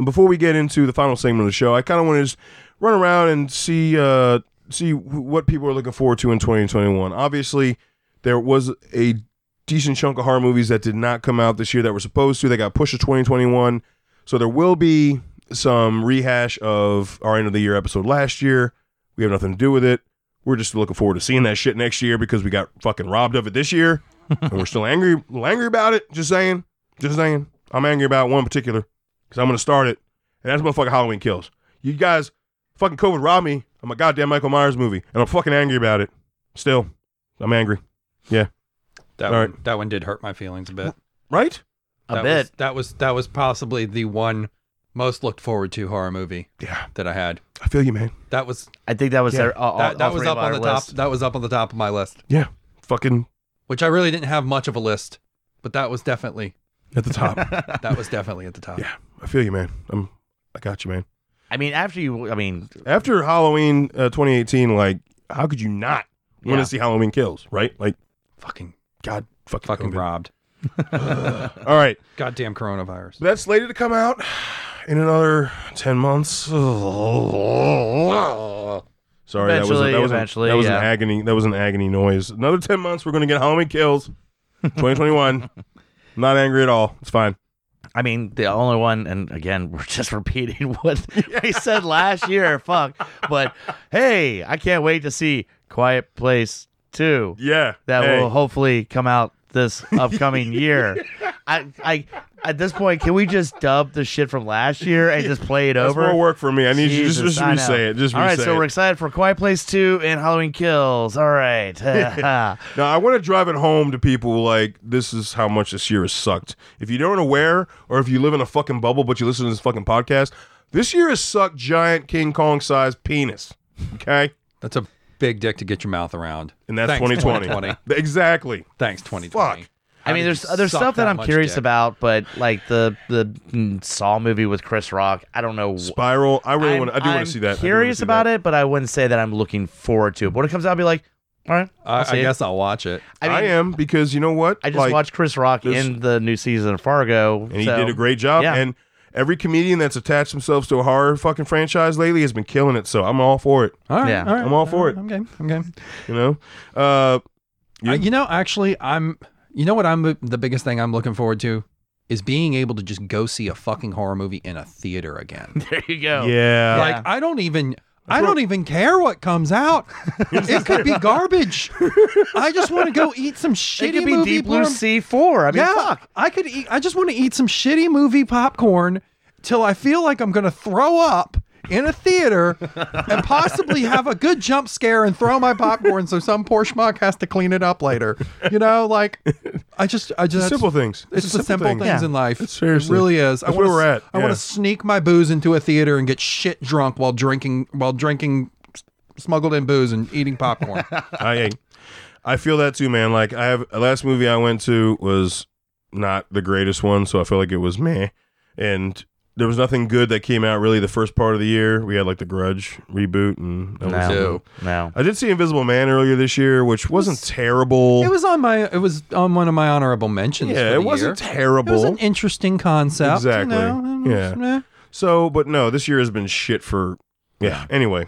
Speaker 1: before we get into the final segment of the show, I kind of want to just run around and see uh, see wh- what people are looking forward to in 2021. Obviously, there was a decent chunk of horror movies that did not come out this year that were supposed to. They got pushed to 2021. So there will be some rehash of our end of the year episode last year. We have nothing to do with it. We're just looking forward to seeing that shit next year because we got fucking robbed of it this year, and we're still angry, little angry about it. Just saying, just saying. I'm angry about one particular because I'm gonna start it, and that's motherfucking Halloween Kills. You guys, fucking COVID robbed me. I'm a goddamn Michael Myers movie, and I'm fucking angry about it. Still, I'm angry.
Speaker 3: That
Speaker 1: All
Speaker 3: one, that one did hurt my feelings a bit.
Speaker 1: Right?
Speaker 2: A
Speaker 3: that
Speaker 2: bit.
Speaker 3: Was, that was that was possibly the one most looked forward to horror movie
Speaker 1: Yeah,
Speaker 3: that I had.
Speaker 1: I feel you, man.
Speaker 3: That was
Speaker 2: I think that was
Speaker 1: Yeah.
Speaker 2: their all, all-
Speaker 3: that, that
Speaker 2: all
Speaker 3: was
Speaker 2: three
Speaker 3: up
Speaker 2: of
Speaker 3: on the
Speaker 2: our
Speaker 3: top.
Speaker 2: list.
Speaker 3: That was up on the top of my list,
Speaker 1: Yeah, fucking
Speaker 3: which I really didn't have much of a list, but that was definitely
Speaker 1: at the top.
Speaker 3: that was definitely at the top.
Speaker 1: Yeah. I feel you, man. I'm, I got you, man.
Speaker 2: I mean, after you, I mean,
Speaker 1: After Halloween uh, 2018, like, how could you not want
Speaker 2: Yeah.
Speaker 1: to see Halloween Kills? Right? Like,
Speaker 3: Fucking
Speaker 1: God, fucking,
Speaker 3: fucking
Speaker 1: COVID.
Speaker 3: robbed.
Speaker 1: All right,
Speaker 3: Goddamn coronavirus.
Speaker 1: that's slated to come out in another 10 months. Sorry, that was a,
Speaker 2: Eventually,
Speaker 1: that was,
Speaker 2: eventually,
Speaker 1: a, that was
Speaker 2: yeah.
Speaker 1: an agony. That was an agony noise. Another 10 months, we're gonna get Halloween Kills, 2021. not angry at all. It's fine.
Speaker 2: I mean, the only one, and again, we're just repeating what we said last year. Fuck, but hey, I can't wait to see Quiet Place Two.
Speaker 1: Yeah,
Speaker 2: That
Speaker 1: Hey.
Speaker 2: will hopefully come out this upcoming year. I, I, at this point, can we just dub the shit from last year and just play it
Speaker 1: That's
Speaker 2: over?
Speaker 1: more work for me. I need you
Speaker 2: Jesus,
Speaker 1: to just,
Speaker 2: I know.
Speaker 1: just re-say it. Just
Speaker 2: all
Speaker 1: re-say
Speaker 2: right. So
Speaker 1: it.
Speaker 2: we're excited for Quiet Place Two and Halloween Kills. All right.
Speaker 1: Now I want to drive it home to people like this is how much this year has sucked. If you don't aware, or if you live in a fucking bubble but you listen to this fucking podcast, this year has sucked giant King Kong sized penis. Okay,
Speaker 3: That's a big dick to get your mouth around.
Speaker 1: and that's
Speaker 3: Thanks,
Speaker 1: 2020.
Speaker 3: 2020.
Speaker 1: exactly.
Speaker 3: Thanks, 2020.
Speaker 1: Fuck.
Speaker 2: I mean, there's there's stuff that, I'm curious
Speaker 3: about.
Speaker 2: about, but like the the mm, Saw movie with Chris Rock, I don't know. wh-
Speaker 1: Spiral. I really
Speaker 2: I'm-
Speaker 1: want. I do
Speaker 2: I'm
Speaker 1: want to see that. I do wanna
Speaker 2: Curious
Speaker 1: see
Speaker 2: about
Speaker 1: that.
Speaker 2: it, but I wouldn't say that I'm looking forward to it. But when it comes out, I'll be like, all right, I'll
Speaker 3: I,
Speaker 2: see
Speaker 3: I
Speaker 2: it.
Speaker 3: guess I'll watch it.
Speaker 1: I,
Speaker 2: I mean,
Speaker 1: am because you know what?
Speaker 2: I just
Speaker 1: Like,
Speaker 2: watched Chris Rock
Speaker 1: this-
Speaker 2: in the new season of Fargo,
Speaker 1: and he
Speaker 2: so-
Speaker 1: did a great job.
Speaker 2: yeah.
Speaker 1: And Every comedian that's attached themselves to a horror fucking franchise lately has been killing it. So I'm all for it.
Speaker 3: All right,
Speaker 2: Yeah.
Speaker 3: all right,
Speaker 1: I'm all for it.
Speaker 3: I'm game. I'm game.
Speaker 1: You know. Uh, You?
Speaker 3: Uh, you know, actually, I'm. You know what? I'm the- the biggest thing I'm looking forward to is being able to just go see a fucking horror movie in a theater again.
Speaker 2: There you go.
Speaker 1: yeah.
Speaker 3: Like I don't even. I don't even care what comes out. it could be garbage. I just want to go eat some shitty
Speaker 2: It could be
Speaker 3: movie
Speaker 2: Deep Blue
Speaker 3: porn-
Speaker 2: Sea Four. I mean,
Speaker 3: yeah,
Speaker 2: fuck.
Speaker 3: I could eat. I just want to eat some shitty movie popcorn till I feel like I'm going to throw up in a theater and possibly have a good jump scare and throw my popcorn so some poor schmuck has to clean it up later. You know, like I just, I just
Speaker 1: simple things.
Speaker 3: It's, the simple things,
Speaker 2: Yeah.
Speaker 3: in life.
Speaker 1: It's seriously-
Speaker 3: it really is. I
Speaker 1: that's
Speaker 3: wanna
Speaker 1: where we're
Speaker 3: s-
Speaker 1: at,
Speaker 3: I want
Speaker 1: yeah.
Speaker 3: to sneak my booze into a theater and get shit drunk while drinking while drinking s- smuggled in booze and eating popcorn.
Speaker 1: I I feel that too, man. Like I have last movie I went to was not the greatest one, so I feel like it was meh. And there was nothing good that came out really the first part of the year. We had like the Grudge reboot, and that was
Speaker 2: No.
Speaker 3: do.
Speaker 2: No.
Speaker 1: I did see Invisible Man earlier this year, which wasn't terrible.
Speaker 3: it was on my it was on one of my honorable mentions. for
Speaker 1: yeah,
Speaker 3: the
Speaker 1: it wasn't
Speaker 3: year.
Speaker 1: terrible.
Speaker 3: It was an interesting concept. you
Speaker 1: Exactly.
Speaker 3: know? It was- eh.
Speaker 1: so, but no, this year has been shit for. Yeah. Anyway,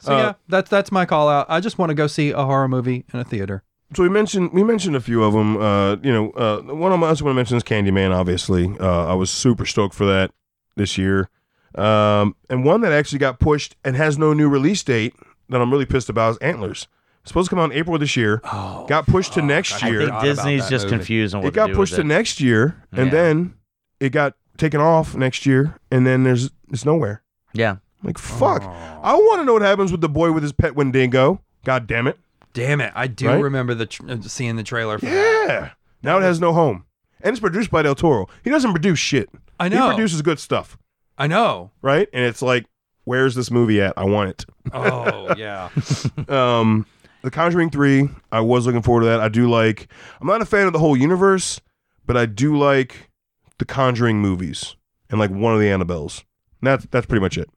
Speaker 3: So
Speaker 1: Uh,
Speaker 3: yeah, that's that's my call out. I just want to go see a horror movie in a theater.
Speaker 1: so we mentioned we mentioned a few of them. Uh, you know, uh, one of them I also want to mention is Candyman. Obviously, uh, I was super stoked for that this year, um, and one that actually got pushed and has no new release date that I'm really pissed about is Antlers. It's supposed to come out in April this year.
Speaker 3: Oh,
Speaker 1: Got pushed to next
Speaker 3: I
Speaker 2: I
Speaker 1: year.
Speaker 2: think
Speaker 3: forgot about
Speaker 2: Disney's
Speaker 3: that
Speaker 2: just
Speaker 3: movie.
Speaker 2: confused on what
Speaker 1: it got
Speaker 2: to do
Speaker 1: pushed
Speaker 2: with
Speaker 1: to next year, and
Speaker 2: Yeah.
Speaker 1: then it got taken off next year, and then there's it's nowhere.
Speaker 2: it. Yeah.
Speaker 1: I'm like fuck,
Speaker 2: Oh.
Speaker 1: I want to know what happens with the boy with his pet Wendigo. God damn it!
Speaker 3: damn it! I do
Speaker 1: Right?
Speaker 3: remember the tr- uh, seeing the trailer. For that.
Speaker 1: Yeah. Now it has no home. And it's produced by Del Toro. He doesn't produce shit.
Speaker 3: I know.
Speaker 1: He produces good stuff,
Speaker 3: I know.
Speaker 1: right? And it's like, where's this movie at? I want
Speaker 3: Oh yeah.
Speaker 1: Uh, it. Um, the Conjuring 3, I was looking forward to that. I do like, I'm not a fan of the whole universe, but I do like the Conjuring movies and like one of the Annabelles. And that's, that's pretty much it.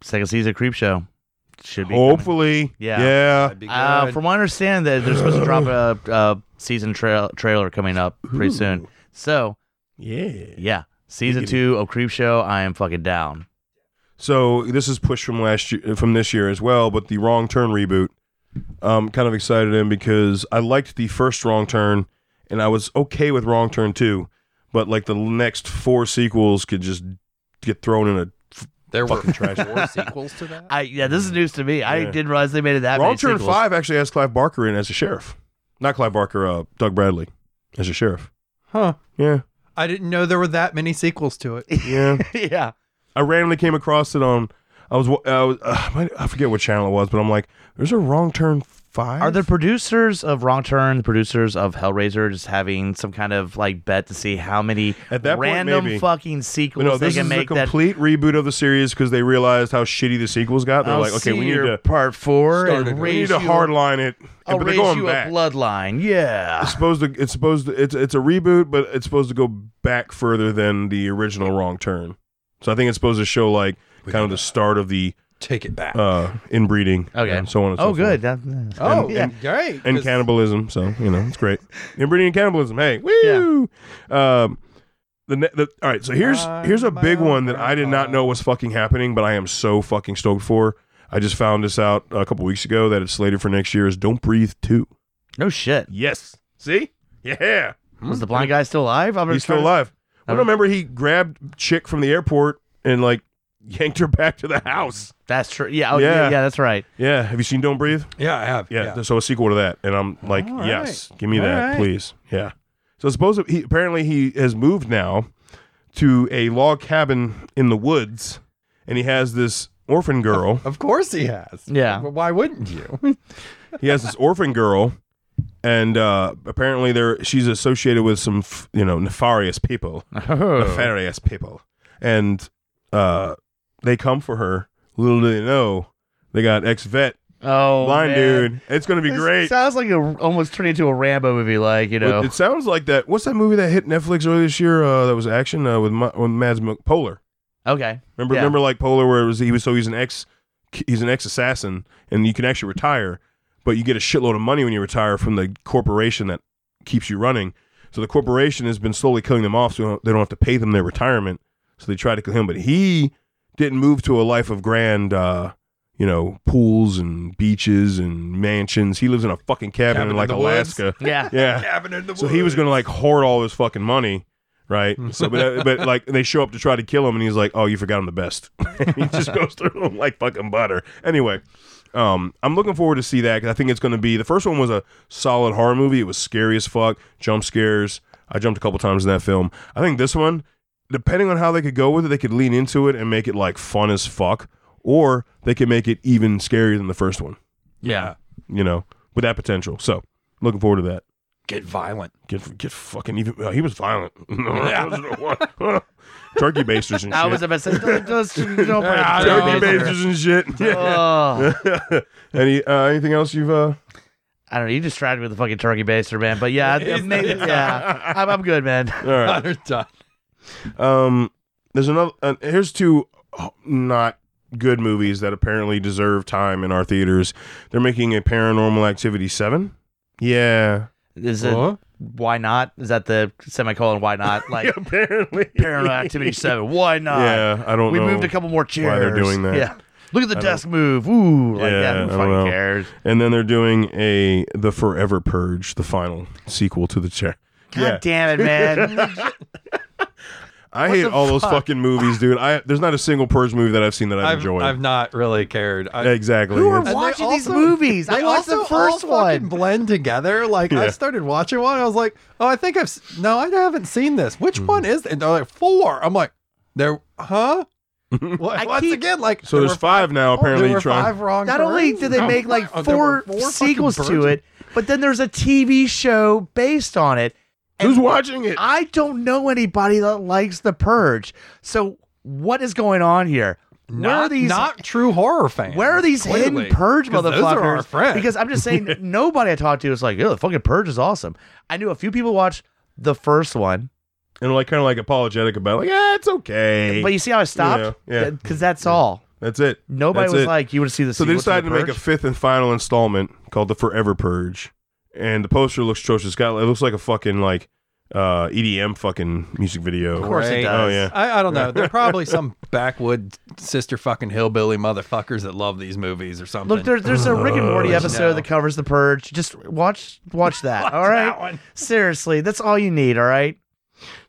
Speaker 2: Second season of Creep Show should be. coming.
Speaker 1: Hopefully.
Speaker 2: Yeah.
Speaker 1: Yeah.
Speaker 3: That'd be
Speaker 2: Uh,
Speaker 3: good.
Speaker 2: from what I understand, that they're supposed to drop a, a season trail trailer coming up pretty soon. So
Speaker 1: Yeah.
Speaker 2: yeah, season
Speaker 1: Giggity.
Speaker 2: two of Creep Show, I am fucking down.
Speaker 1: So this is pushed from last year, from this year as well, but the Wrong Turn reboot. I'm kind of excited in because I liked the first Wrong Turn, and I was okay with Wrong Turn two, but like the next four sequels could just get thrown in a
Speaker 3: there were
Speaker 1: trash.
Speaker 3: four sequels to that.
Speaker 2: I yeah, this is news to me. I
Speaker 1: Yeah.
Speaker 2: didn't realize they made it that.
Speaker 1: Wrong
Speaker 2: many
Speaker 1: Turn
Speaker 2: sequels.
Speaker 1: five. Actually, has Clive Barker in as a sheriff, not Clive Barker, uh, Doug Bradley as a sheriff.
Speaker 3: huh.
Speaker 1: Yeah,
Speaker 3: I didn't know there were that many sequels to it.
Speaker 1: yeah.
Speaker 2: yeah,
Speaker 1: I randomly came across it on. I was, wa- I was, uh, I might- I forget what channel it was, but I'm like, there's a Wrong Turn five.
Speaker 2: are the producers of Wrong Turn, the producers of Hellraiser, just having some kind of like bet to see how many
Speaker 1: At that point,
Speaker 2: random
Speaker 1: maybe.
Speaker 2: fucking
Speaker 1: But
Speaker 2: sequels
Speaker 1: no,
Speaker 2: they
Speaker 1: this
Speaker 2: can
Speaker 1: is a
Speaker 2: make that.
Speaker 1: complete reboot of the series because they realized how shitty the sequels got. They're
Speaker 2: I'll
Speaker 1: like, okay,
Speaker 2: see
Speaker 1: we need
Speaker 2: your
Speaker 1: to
Speaker 2: part four
Speaker 3: Started
Speaker 2: and
Speaker 3: it.
Speaker 1: we need
Speaker 2: raise
Speaker 1: to
Speaker 2: you
Speaker 1: hardline it.
Speaker 2: A, I'll
Speaker 1: but they're
Speaker 2: raise
Speaker 1: going
Speaker 2: you
Speaker 1: back.
Speaker 2: a bloodline.
Speaker 1: it's
Speaker 2: Yeah,
Speaker 1: supposed to. It's supposed to. It's it's a reboot, but it's supposed to go back further than the original Wrong Turn. So I think it's supposed to show like kind of the start of the
Speaker 3: Take it back.
Speaker 1: uh, inbreeding.
Speaker 2: Okay.
Speaker 1: And so on and so
Speaker 2: oh,
Speaker 1: forth.
Speaker 2: good. That-
Speaker 3: oh,
Speaker 1: and-
Speaker 3: yeah,
Speaker 1: and-
Speaker 3: great.
Speaker 1: and
Speaker 3: 'cause-
Speaker 1: cannibalism. So you know, it's great. Inbreeding and cannibalism. Hey, woo! Um, the, ne- the all right. So here's here's a big one that I did not know was fucking happening, but I am so fucking stoked for. I just found this out a couple weeks ago that it's slated for next year. Is Don't Breathe Two?
Speaker 2: No shit.
Speaker 1: Yes. See? Yeah.
Speaker 2: Was the blind guy still alive? I'm
Speaker 1: He's still
Speaker 2: trying to-
Speaker 1: alive. I
Speaker 2: I'm-
Speaker 1: remember he grabbed chick from the airport and like yanked her back to the house.
Speaker 2: That's true. Yeah, oh,
Speaker 1: Yeah.
Speaker 2: yeah. yeah, that's right.
Speaker 1: Yeah. Have you seen Don't Breathe?
Speaker 3: Yeah, I have.
Speaker 1: Yeah, so a sequel to that, and I'm like,
Speaker 3: All
Speaker 1: yes, give me
Speaker 3: All
Speaker 1: that,
Speaker 3: right.
Speaker 1: please. Yeah. So suppose he apparently he has moved now to a log cabin in the woods, and he has this orphan girl.
Speaker 3: Of course he has.
Speaker 2: Yeah.
Speaker 3: Well, Why wouldn't you?
Speaker 1: he has this orphan girl, and uh, apparently there she's associated with some f- you know nefarious people,
Speaker 2: Oh.
Speaker 1: nefarious people, and uh, they come for her. Little do they know, they got ex vet,
Speaker 2: Oh,
Speaker 1: blind
Speaker 2: man.
Speaker 1: dude. It's gonna be
Speaker 2: This
Speaker 1: great.
Speaker 2: Sounds like a, almost turned into a Rambo movie, like you know.
Speaker 1: It sounds like that. What's that movie that hit Netflix earlier this year? Uh, that was action uh, with, Ma- with Mads Mil- Polar.
Speaker 2: Okay.
Speaker 1: Remember,
Speaker 2: Yeah.
Speaker 1: remember, like Polar, where it was he was so he's an ex, he's an ex assassin, and you can actually retire, but you get a shitload of money when you retire from the corporation that keeps you running. So the corporation has been slowly killing them off, so they don't have to pay them their retirement. So they tried to kill him, but he didn't move to a life of grand, uh, you know, pools and beaches and mansions. He lives in a fucking cabin,
Speaker 3: Cabin
Speaker 1: in
Speaker 3: in
Speaker 1: like
Speaker 3: the woods.
Speaker 1: Alaska.
Speaker 2: Yeah.
Speaker 1: yeah.
Speaker 3: Cabin in the
Speaker 1: So he was going to like hoard all his fucking money, right? So, but, uh, but like they show up to try to kill him, and he's like, "Oh, you forgot I'm the best." he just goes through them like fucking butter. Anyway, um, I'm looking forward to see that because I think it's going to be the first one was a solid horror movie. It was scary as fuck, jump scares. I jumped a couple times in that film. I think this one, depending on how they could go with it, they could lean into it and make it like fun as fuck, or they could make it even scarier than the first one.
Speaker 3: yeah.
Speaker 1: You know, with that potential. So, looking forward to that
Speaker 3: Get violent.
Speaker 1: get get fucking even. uh, he was violent. turkey basters and shit.
Speaker 2: I was about to say, don't, just, don't put
Speaker 1: Ah,
Speaker 2: a
Speaker 1: turkey
Speaker 2: turkey baster.
Speaker 1: basters and shit. Yeah.
Speaker 2: Oh,
Speaker 1: Any uh, anything else you've uh?
Speaker 2: I don't know. You distracted me with the fucking turkey baster, man. But yeah, it- maybe, yeah, I'm, I'm good, man.
Speaker 1: All right.
Speaker 3: Hunter Dunn.
Speaker 1: Um, there's another. Uh, here's two uh, not good movies that apparently deserve time in our theaters. They're making a Paranormal Activity seven. Yeah.
Speaker 2: Is it
Speaker 3: Huh?
Speaker 2: why not? Is that the semicolon? Why not? Like
Speaker 1: apparently.
Speaker 2: Paranormal Activity Seven. Why not?
Speaker 1: Yeah, I don't
Speaker 2: we
Speaker 1: know.
Speaker 2: moved a couple more chairs.
Speaker 1: they're doing that.
Speaker 2: Yeah. Look at the
Speaker 1: I
Speaker 2: desk move. Ooh, like
Speaker 1: Yeah,
Speaker 2: that.
Speaker 1: I
Speaker 2: Who
Speaker 1: don't
Speaker 2: fucking
Speaker 1: know.
Speaker 2: cares?
Speaker 1: and then they're doing a The Forever Purge, the final sequel to the chair.
Speaker 2: God
Speaker 1: Yeah.
Speaker 2: damn it, man.
Speaker 1: I
Speaker 2: What
Speaker 1: hate
Speaker 2: the
Speaker 1: all those
Speaker 2: fuck?
Speaker 1: fucking movies, dude. I there's not a single purge movie that I've seen that I've,
Speaker 3: I've,
Speaker 1: enjoyed.
Speaker 3: I've not really cared. I,
Speaker 1: exactly.
Speaker 2: Who are
Speaker 1: It's-
Speaker 3: And they
Speaker 2: watching these
Speaker 3: also-
Speaker 2: movies? I
Speaker 3: they
Speaker 2: watched the
Speaker 3: also all
Speaker 2: first one.
Speaker 3: fucking Blend together. Like I
Speaker 1: Yeah.
Speaker 3: started watching one, I was like, "Oh, I think I've s- no, I haven't seen this.
Speaker 1: Hmm.
Speaker 3: Which one is?" Th-? And they're like, four. I'm like, "There, huh?" What-
Speaker 2: I
Speaker 3: Once
Speaker 2: keep-
Speaker 3: again, like,
Speaker 1: so
Speaker 3: there
Speaker 1: there's
Speaker 3: were
Speaker 1: five now.
Speaker 3: four-
Speaker 1: Apparently,
Speaker 3: there were
Speaker 1: you try-
Speaker 3: five wrong.
Speaker 2: Not only
Speaker 3: turns.
Speaker 2: did they
Speaker 3: Oh,
Speaker 2: make like
Speaker 3: wow, there
Speaker 2: four,
Speaker 3: were fucking
Speaker 2: sequels to
Speaker 3: birds.
Speaker 2: it, but then there's a TV show based on it.
Speaker 1: Who's watching it?
Speaker 2: I don't know anybody that likes The Purge. So what is going on here?
Speaker 3: Not,
Speaker 2: where are these?
Speaker 3: not true horror fans.
Speaker 2: where are these
Speaker 3: clearly,
Speaker 2: hidden Purge
Speaker 3: 'cause
Speaker 2: motherfuckers?
Speaker 3: Those are our friends.
Speaker 2: Because I'm just saying, nobody I talked to was like, "Yo, the fucking Purge is awesome." I knew a few people watched the first one,
Speaker 1: and like kind of like apologetic about, it. like, yeah, it's okay.
Speaker 2: but you see how I stopped?
Speaker 1: Yeah, yeah.
Speaker 2: because that's all.
Speaker 1: That's it.
Speaker 2: Nobody
Speaker 1: That's
Speaker 2: was
Speaker 1: it.
Speaker 2: like, "You would see the."
Speaker 1: So they
Speaker 2: sequel
Speaker 1: decided
Speaker 2: the
Speaker 1: to make a
Speaker 2: Purge?"
Speaker 1: fifth and final installment called the Forever Purge, and the poster looks atrocious. It's Got it looks like a fucking like uh EDM fucking music video.
Speaker 2: Of course it
Speaker 3: Great.
Speaker 2: does.
Speaker 1: Oh, yeah.
Speaker 3: I, I don't know. They're probably some backwood sister fucking hillbilly motherfuckers that love these movies or something.
Speaker 2: Look, there's there's a Rick and Morty
Speaker 1: Ugh,
Speaker 2: episode
Speaker 3: no.
Speaker 2: that covers the purge. Just watch watch that. all right.
Speaker 3: that one.
Speaker 2: Seriously, that's all you need. All right.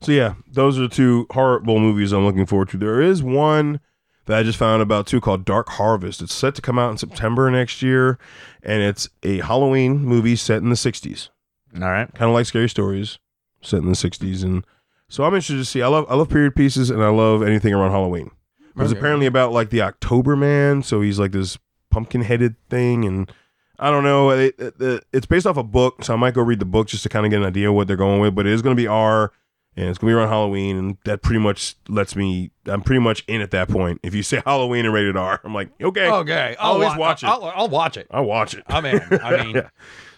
Speaker 1: So yeah, those are two horrible movies I'm looking forward to. There is one that I just found about too called Dark Harvest. It's set to come out in September next year, and it's a Halloween movie set in the '60s,
Speaker 2: All right.
Speaker 1: kind of like Scary Stories, set in the '60s. And so I'm interested to see. I love I love period pieces, and I love anything around Halloween. It was
Speaker 3: Okay.
Speaker 1: apparently about like the October Man, so he's like this pumpkin-headed thing, and I don't know. It, it- it- it's based off a book, so I might go read the book just to kind of get an idea of what they're going with. But it is going to be R, and it's going to be around Halloween, and that pretty much lets me. I'm pretty much in at that point. If you say Halloween and rated R, I'm like, okay,
Speaker 3: Okay, I'll
Speaker 1: Always
Speaker 3: wa-
Speaker 1: watch it.
Speaker 3: I'll, I'll watch it.
Speaker 1: I watch it.
Speaker 3: I'm in. Oh, I mean,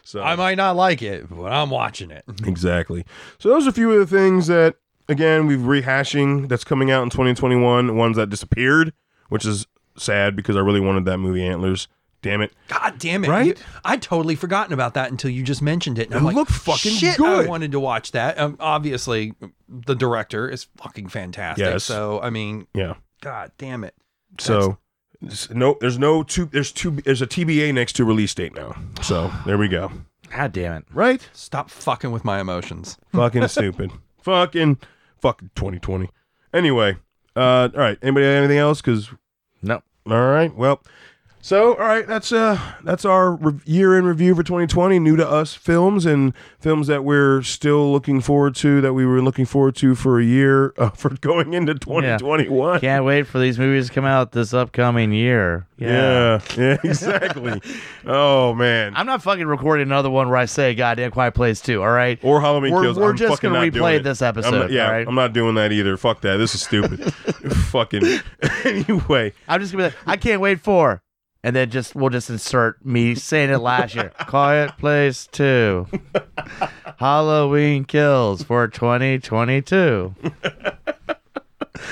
Speaker 1: So
Speaker 3: I might not like it, but I'm watching it.
Speaker 1: Exactly. So those are a few of the things that again we've rehashing that's coming out in 2021. Ones that disappeared, which is sad because I really wanted that movie Antlers. Damn it!
Speaker 3: God damn it!
Speaker 1: Right?
Speaker 3: you- I totally forgotten about that until you just mentioned it. And
Speaker 1: It
Speaker 3: I'm like,
Speaker 1: looked fucking
Speaker 3: shit,
Speaker 1: good."
Speaker 3: I wanted to watch that. Um, obviously, the director is fucking fantastic.
Speaker 1: Yes.
Speaker 3: So I mean,
Speaker 1: Yeah.
Speaker 3: god damn it.
Speaker 1: So s- no, there's no two. There's two. There's a TBA next to release date now. So there we go.
Speaker 2: God damn it.
Speaker 1: Right?
Speaker 3: Stop fucking with my emotions.
Speaker 1: Fucking stupid. Fucking fucking 2020. Anyway. Uh. All right. Anybody have anything else? Because
Speaker 2: No.
Speaker 1: All right. Well, so all right, that's uh that's our re- year in review for 2020, new to us films and films that we're still looking forward to that we were looking forward to for a year uh, for going into 2021.
Speaker 2: Can't wait for these movies to come out this upcoming year.
Speaker 1: Yeah, yeah, exactly. oh man.
Speaker 2: I'm not fucking recording another one where I say goddamn quiet plays too, all right?
Speaker 1: or Halloween
Speaker 2: We're-
Speaker 1: kills.
Speaker 2: we're
Speaker 1: I'm
Speaker 2: just
Speaker 1: fucking
Speaker 2: gonna
Speaker 1: not doing
Speaker 2: replay
Speaker 1: it.
Speaker 2: this
Speaker 1: I'm
Speaker 2: episode,
Speaker 1: not- yeah,
Speaker 2: all right?
Speaker 1: I'm not doing that either. Fuck that. This is stupid. fucking. anyway,
Speaker 2: I'm just gonna be like, I can't wait for and then just we'll just insert me saying it last year. Quiet Place Two. Halloween kills for twenty twenty two.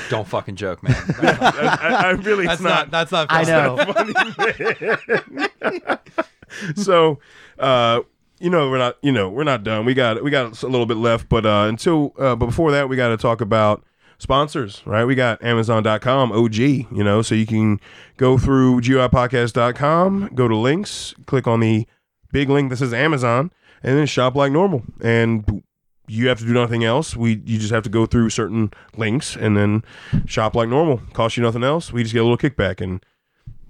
Speaker 3: Don't fucking joke, man.
Speaker 1: I, I, I really
Speaker 3: That's
Speaker 1: it's not
Speaker 3: not. That's not.
Speaker 2: I
Speaker 3: funny.
Speaker 2: know.
Speaker 1: so uh you know we're not you know we're not done we got we got a little bit left but uh until uh but before that we got to talk about sponsors, right? We got Amazon.com, OG, you know, so you can go through GIPodcast.com, go to links, click on the big link that says Amazon, and then shop like normal. And you have to do nothing else. We you just have to go through certain links and then shop like normal. Cost you nothing else. We just get a little kickback, and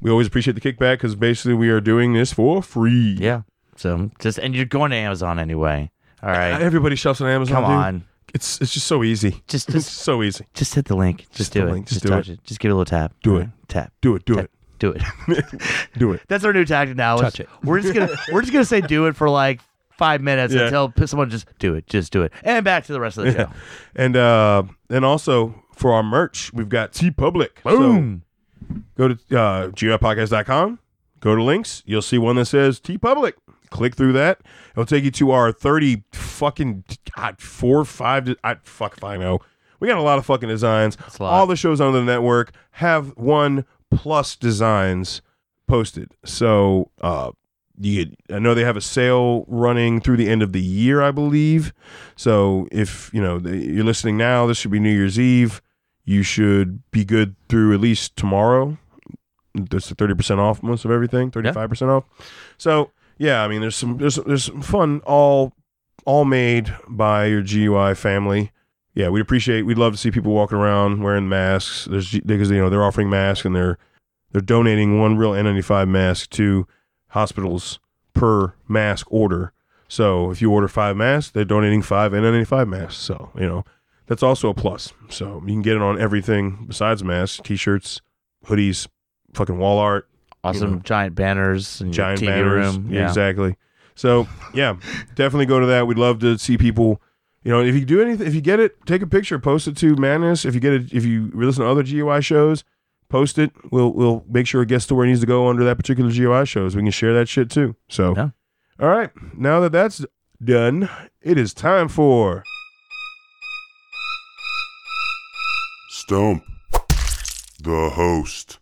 Speaker 1: we always appreciate the kickback because basically we are doing this for free.
Speaker 2: Yeah. So just and you're going to Amazon anyway. All right.
Speaker 1: Everybody shops on Amazon.
Speaker 2: Come
Speaker 1: dude.
Speaker 2: on.
Speaker 1: It's it's just so easy.
Speaker 2: Just
Speaker 1: It's
Speaker 2: just
Speaker 1: so easy.
Speaker 2: just hit the link. Just,
Speaker 1: Just
Speaker 2: do
Speaker 1: the
Speaker 2: it.
Speaker 1: link.
Speaker 2: Just,
Speaker 1: Just do
Speaker 2: touch it. Just give it a little tap.
Speaker 1: Do
Speaker 2: All
Speaker 1: it.
Speaker 2: right. Tap.
Speaker 1: Do it. Do
Speaker 2: Ta-
Speaker 1: it.
Speaker 2: Do it.
Speaker 1: Do it.
Speaker 2: That's our new tactic now. is
Speaker 3: Touch it.
Speaker 2: We're just gonna we're just gonna say do it for like five minutes
Speaker 1: Yeah.
Speaker 2: until p- someone just do it. Just do it. And back to the rest of the show.
Speaker 1: And uh, and also for our merch, we've got T Public.
Speaker 2: Boom.
Speaker 1: go to uh, GRPodcast.com, go to links. You'll see one that says T Public. Click through that. It'll take you to our 30 fucking, God, four, five, de- I, fuck if I know. We got a lot of fucking designs.
Speaker 2: a lot.
Speaker 1: All the shows on the network have one plus designs posted. So, uh, you, I know they have a sale running through the end of the year, I believe. So if you know the, you're listening now, this should be New Year's Eve. You should be good through at least tomorrow. That's thirty percent off most of everything, thirty five percent off. So yeah, I mean, there's some there's there's some fun all all made by your GUI family. Yeah, we'd appreciate. We'd love to see people walking around wearing masks. There's G- because you know they're offering masks and they're they're donating one real N95 mask to hospitals per mask order. So if you order five masks, they're donating five N95 masks. So you know that's also a plus. So you can get it on everything besides masks, t-shirts, hoodies, fucking wall art,
Speaker 2: Awesome
Speaker 1: You know.
Speaker 2: giant banners and
Speaker 1: giant
Speaker 2: TV
Speaker 1: banners.
Speaker 2: room.
Speaker 1: Yeah, exactly. So yeah, definitely go to that. We'd love to see people. You know, if you do anything, if you get it, take a picture, post it to Madness. If you get it, if you listen to other GUI shows, post it. We'll we'll make sure it gets to where it needs to go under that particular GUI shows. We can share that shit too. So,
Speaker 2: Yeah.
Speaker 1: all right, now that that's done, it is time for
Speaker 4: Stump the host.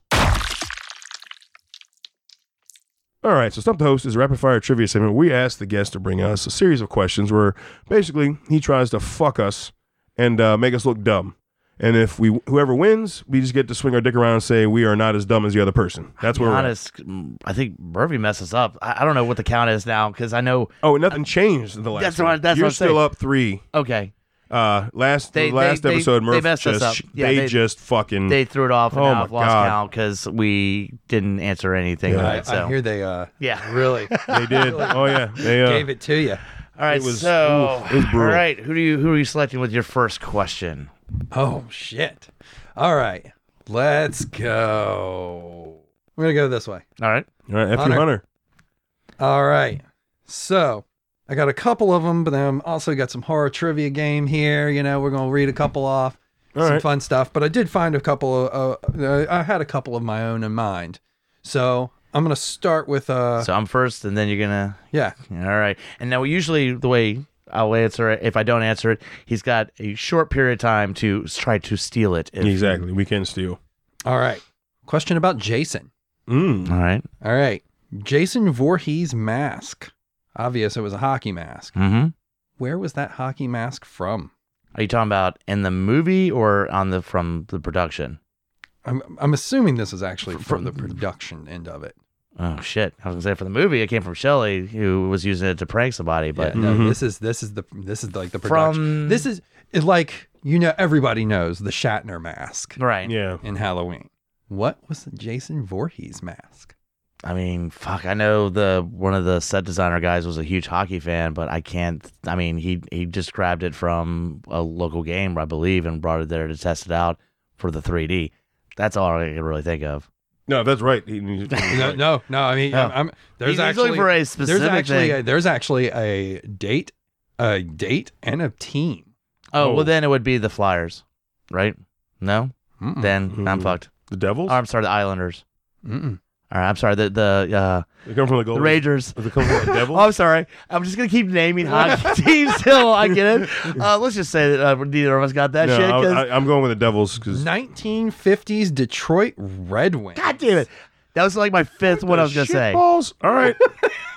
Speaker 1: All right, so Stump the Host is a rapid fire trivia segment. We ask the guest to bring us a series of questions where basically he tries to fuck us and uh, make us look dumb. And if we whoever wins, we just get to swing our dick around and say we are not as dumb as the other person. That's
Speaker 2: To be
Speaker 1: where we're at.
Speaker 2: honest, mm, I think Murphy messed us up. I, I don't know what the count is now because I know.
Speaker 1: Oh, and nothing changed in the last.
Speaker 2: That's
Speaker 1: one.
Speaker 2: what I- that's
Speaker 1: You're
Speaker 2: what I'm
Speaker 1: still
Speaker 2: saying.
Speaker 1: up three.
Speaker 2: Okay,
Speaker 1: Uh, last
Speaker 2: They-
Speaker 1: the last
Speaker 2: they- they-
Speaker 1: episode,
Speaker 2: they
Speaker 1: Murph
Speaker 2: messed us
Speaker 1: just
Speaker 2: up. Yeah,
Speaker 1: they,
Speaker 2: they-
Speaker 1: just fucking
Speaker 2: they threw it off and
Speaker 1: Oh
Speaker 2: now
Speaker 1: my
Speaker 2: I've lost
Speaker 1: God.
Speaker 2: count because we didn't answer anything.
Speaker 1: Yeah.
Speaker 2: Right,
Speaker 3: I,
Speaker 2: so
Speaker 3: I hear they uh
Speaker 2: yeah.
Speaker 3: really
Speaker 1: they did. Oh yeah, they uh,
Speaker 3: gave it to you.
Speaker 2: All right,
Speaker 1: It was-
Speaker 2: so
Speaker 1: oof, it was
Speaker 2: all
Speaker 1: brutal.
Speaker 2: right, who do you who are you selecting with your first question?
Speaker 3: Oh shit! All right, let's go. We're gonna go this way.
Speaker 2: All right,
Speaker 1: All right, F you,
Speaker 3: Hunter.
Speaker 1: Hunter.
Speaker 3: All right. So I got a couple of them, but then I'm also got some horror trivia game here. You know, we're gonna read a couple off,
Speaker 1: All
Speaker 3: some
Speaker 1: right.
Speaker 3: fun stuff. But I did find a couple. Of, uh, I had a couple of my own in mind. So I'm gonna start with uh,
Speaker 2: so I'm first, and then you're gonna.
Speaker 3: yeah.
Speaker 2: All right, and now usually the way I'll answer it, if I don't answer it, he's got a short period of time to s- try to steal it. if-
Speaker 1: Exactly, we can steal.
Speaker 3: All right. Question about Jason.
Speaker 1: Mm.
Speaker 2: All right.
Speaker 3: All right, Jason Voorhees mask. Obvious, it was a hockey mask.
Speaker 2: Mm-hmm.
Speaker 3: Where was that hockey mask from?
Speaker 2: Are you talking about in the movie or on the from the production?
Speaker 3: I'm I'm assuming this is actually
Speaker 2: Fr-
Speaker 3: from the
Speaker 2: from-
Speaker 3: production end of it.
Speaker 2: Oh shit! I was gonna say for the movie, it came from Shelley, who was using it to prank somebody, but
Speaker 3: Yeah, no,
Speaker 1: Mhm.
Speaker 3: this is this is the this is like the production.
Speaker 2: Mm-hmm. from
Speaker 3: this is it like you know everybody knows the Shatner mask
Speaker 2: right.
Speaker 1: Yeah,
Speaker 3: in Halloween. What was the Jason Voorhees mask?
Speaker 2: I mean, fuck. I know the one of the set designer guys was a huge hockey fan, but I can't. I mean, he he just grabbed it from a local game, I believe, and brought it there to test it out for the 3D. That's all I can really think of.
Speaker 1: no, that's right. He-
Speaker 3: No, no, no. I mean,
Speaker 2: No.
Speaker 3: I'm, I'm- there's
Speaker 2: He's
Speaker 3: actually
Speaker 2: looking for a
Speaker 3: there's
Speaker 2: specific
Speaker 3: actually
Speaker 2: thing.
Speaker 3: a, there's actually a date, a date and a team.
Speaker 2: oh,
Speaker 1: Oh.
Speaker 2: well, then it would be the Flyers, right? No,
Speaker 3: Mm-mm.
Speaker 2: then I'm
Speaker 1: Mhm.
Speaker 2: fucked.
Speaker 1: The Devils.
Speaker 2: Oh, I'm sorry, the Islanders.
Speaker 3: Mm-mm.
Speaker 2: All right, I'm sorry, the the uh,
Speaker 1: they come from the
Speaker 2: the
Speaker 1: Golden.
Speaker 2: Rangers.
Speaker 1: They come from the Devils.
Speaker 2: Oh, I'm sorry. I'm just gonna keep naming hockey teams till I get it. Uh, let's just say that uh, neither of us got that
Speaker 1: no,
Speaker 2: shit. 'cause-
Speaker 1: I, I, I'm going with the Devils because
Speaker 3: 1950s Detroit Red Wings.
Speaker 2: God damn it. That was like my fifth one I was gonna say.
Speaker 1: Balls. All right.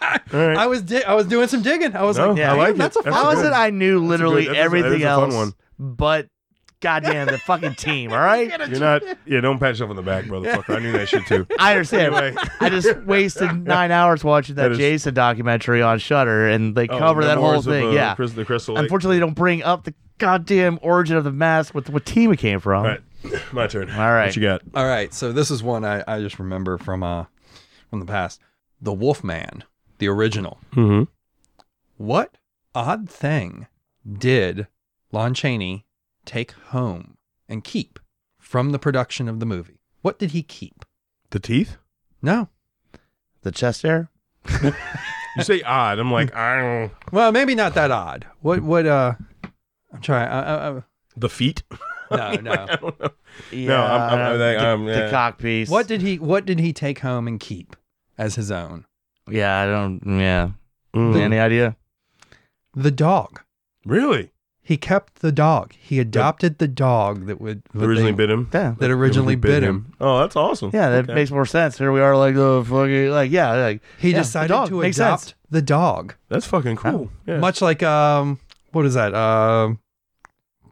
Speaker 1: All right.
Speaker 3: I was di- I was doing some digging. I was
Speaker 1: No,
Speaker 3: like,
Speaker 1: I
Speaker 3: "Damn,
Speaker 1: like it.
Speaker 3: that's a
Speaker 1: That's
Speaker 3: fun
Speaker 2: How
Speaker 1: a
Speaker 2: is
Speaker 1: good-
Speaker 2: it I knew literally
Speaker 1: that's a- that is
Speaker 2: everything
Speaker 1: a fun
Speaker 2: else
Speaker 1: one.
Speaker 2: but goddamn the fucking team. All right,
Speaker 1: You're not. Yeah, don't pat yourself on the back, motherfucker. I knew that shit too.
Speaker 2: I understand.
Speaker 1: Anyway.
Speaker 2: I just wasted nine hours watching that,
Speaker 1: That is-
Speaker 2: Jason documentary on Shutter, and they cover
Speaker 1: Oh,
Speaker 2: that whole
Speaker 1: Memoirs of,
Speaker 2: thing.
Speaker 1: uh,
Speaker 2: yeah,
Speaker 1: Chris- the Crystal Lake.
Speaker 2: unfortunately, they don't bring up the goddamn origin of the mask with what team it came from.
Speaker 1: All right, my turn.
Speaker 2: All right.
Speaker 1: what you got?
Speaker 3: All right, so this is one I, I just remember from uh from the past. The Wolfman, the original.
Speaker 1: Mm-hmm.
Speaker 3: What odd thing did Lon Chaney take home and keep from the production of the movie? What did he keep?
Speaker 1: The teeth.
Speaker 3: No.
Speaker 2: The chest hair.
Speaker 1: You say odd. I'm like, I don't.
Speaker 3: Well, maybe not that odd. What what uh I'm trying I,
Speaker 1: The feet.
Speaker 3: I, I, no, no.
Speaker 1: I don't know.
Speaker 2: Yeah,
Speaker 1: No, I'm- I'm- I think
Speaker 2: the,
Speaker 1: I'm-
Speaker 2: the
Speaker 1: yeah.
Speaker 2: cock piece.
Speaker 3: What did he what did he take home and keep as his own?
Speaker 2: Yeah, I don't. Yeah,
Speaker 1: Mm.
Speaker 2: any idea?
Speaker 3: The dog.
Speaker 1: Really?
Speaker 3: He kept the dog. He adopted the dog that would that
Speaker 1: originally
Speaker 3: they-
Speaker 1: bit him.
Speaker 2: Yeah,
Speaker 3: that originally bit him.
Speaker 1: Oh, that's awesome.
Speaker 2: yeah, that
Speaker 1: Okay.
Speaker 2: makes more sense. Here we are, like the fucking, like yeah, like
Speaker 3: He
Speaker 2: yeah, the
Speaker 3: decided
Speaker 2: dog.
Speaker 3: to
Speaker 2: Makes
Speaker 3: adopt
Speaker 2: sense.
Speaker 3: the dog,
Speaker 1: that's fucking cool. Yeah.
Speaker 3: much like um, what is that? Um,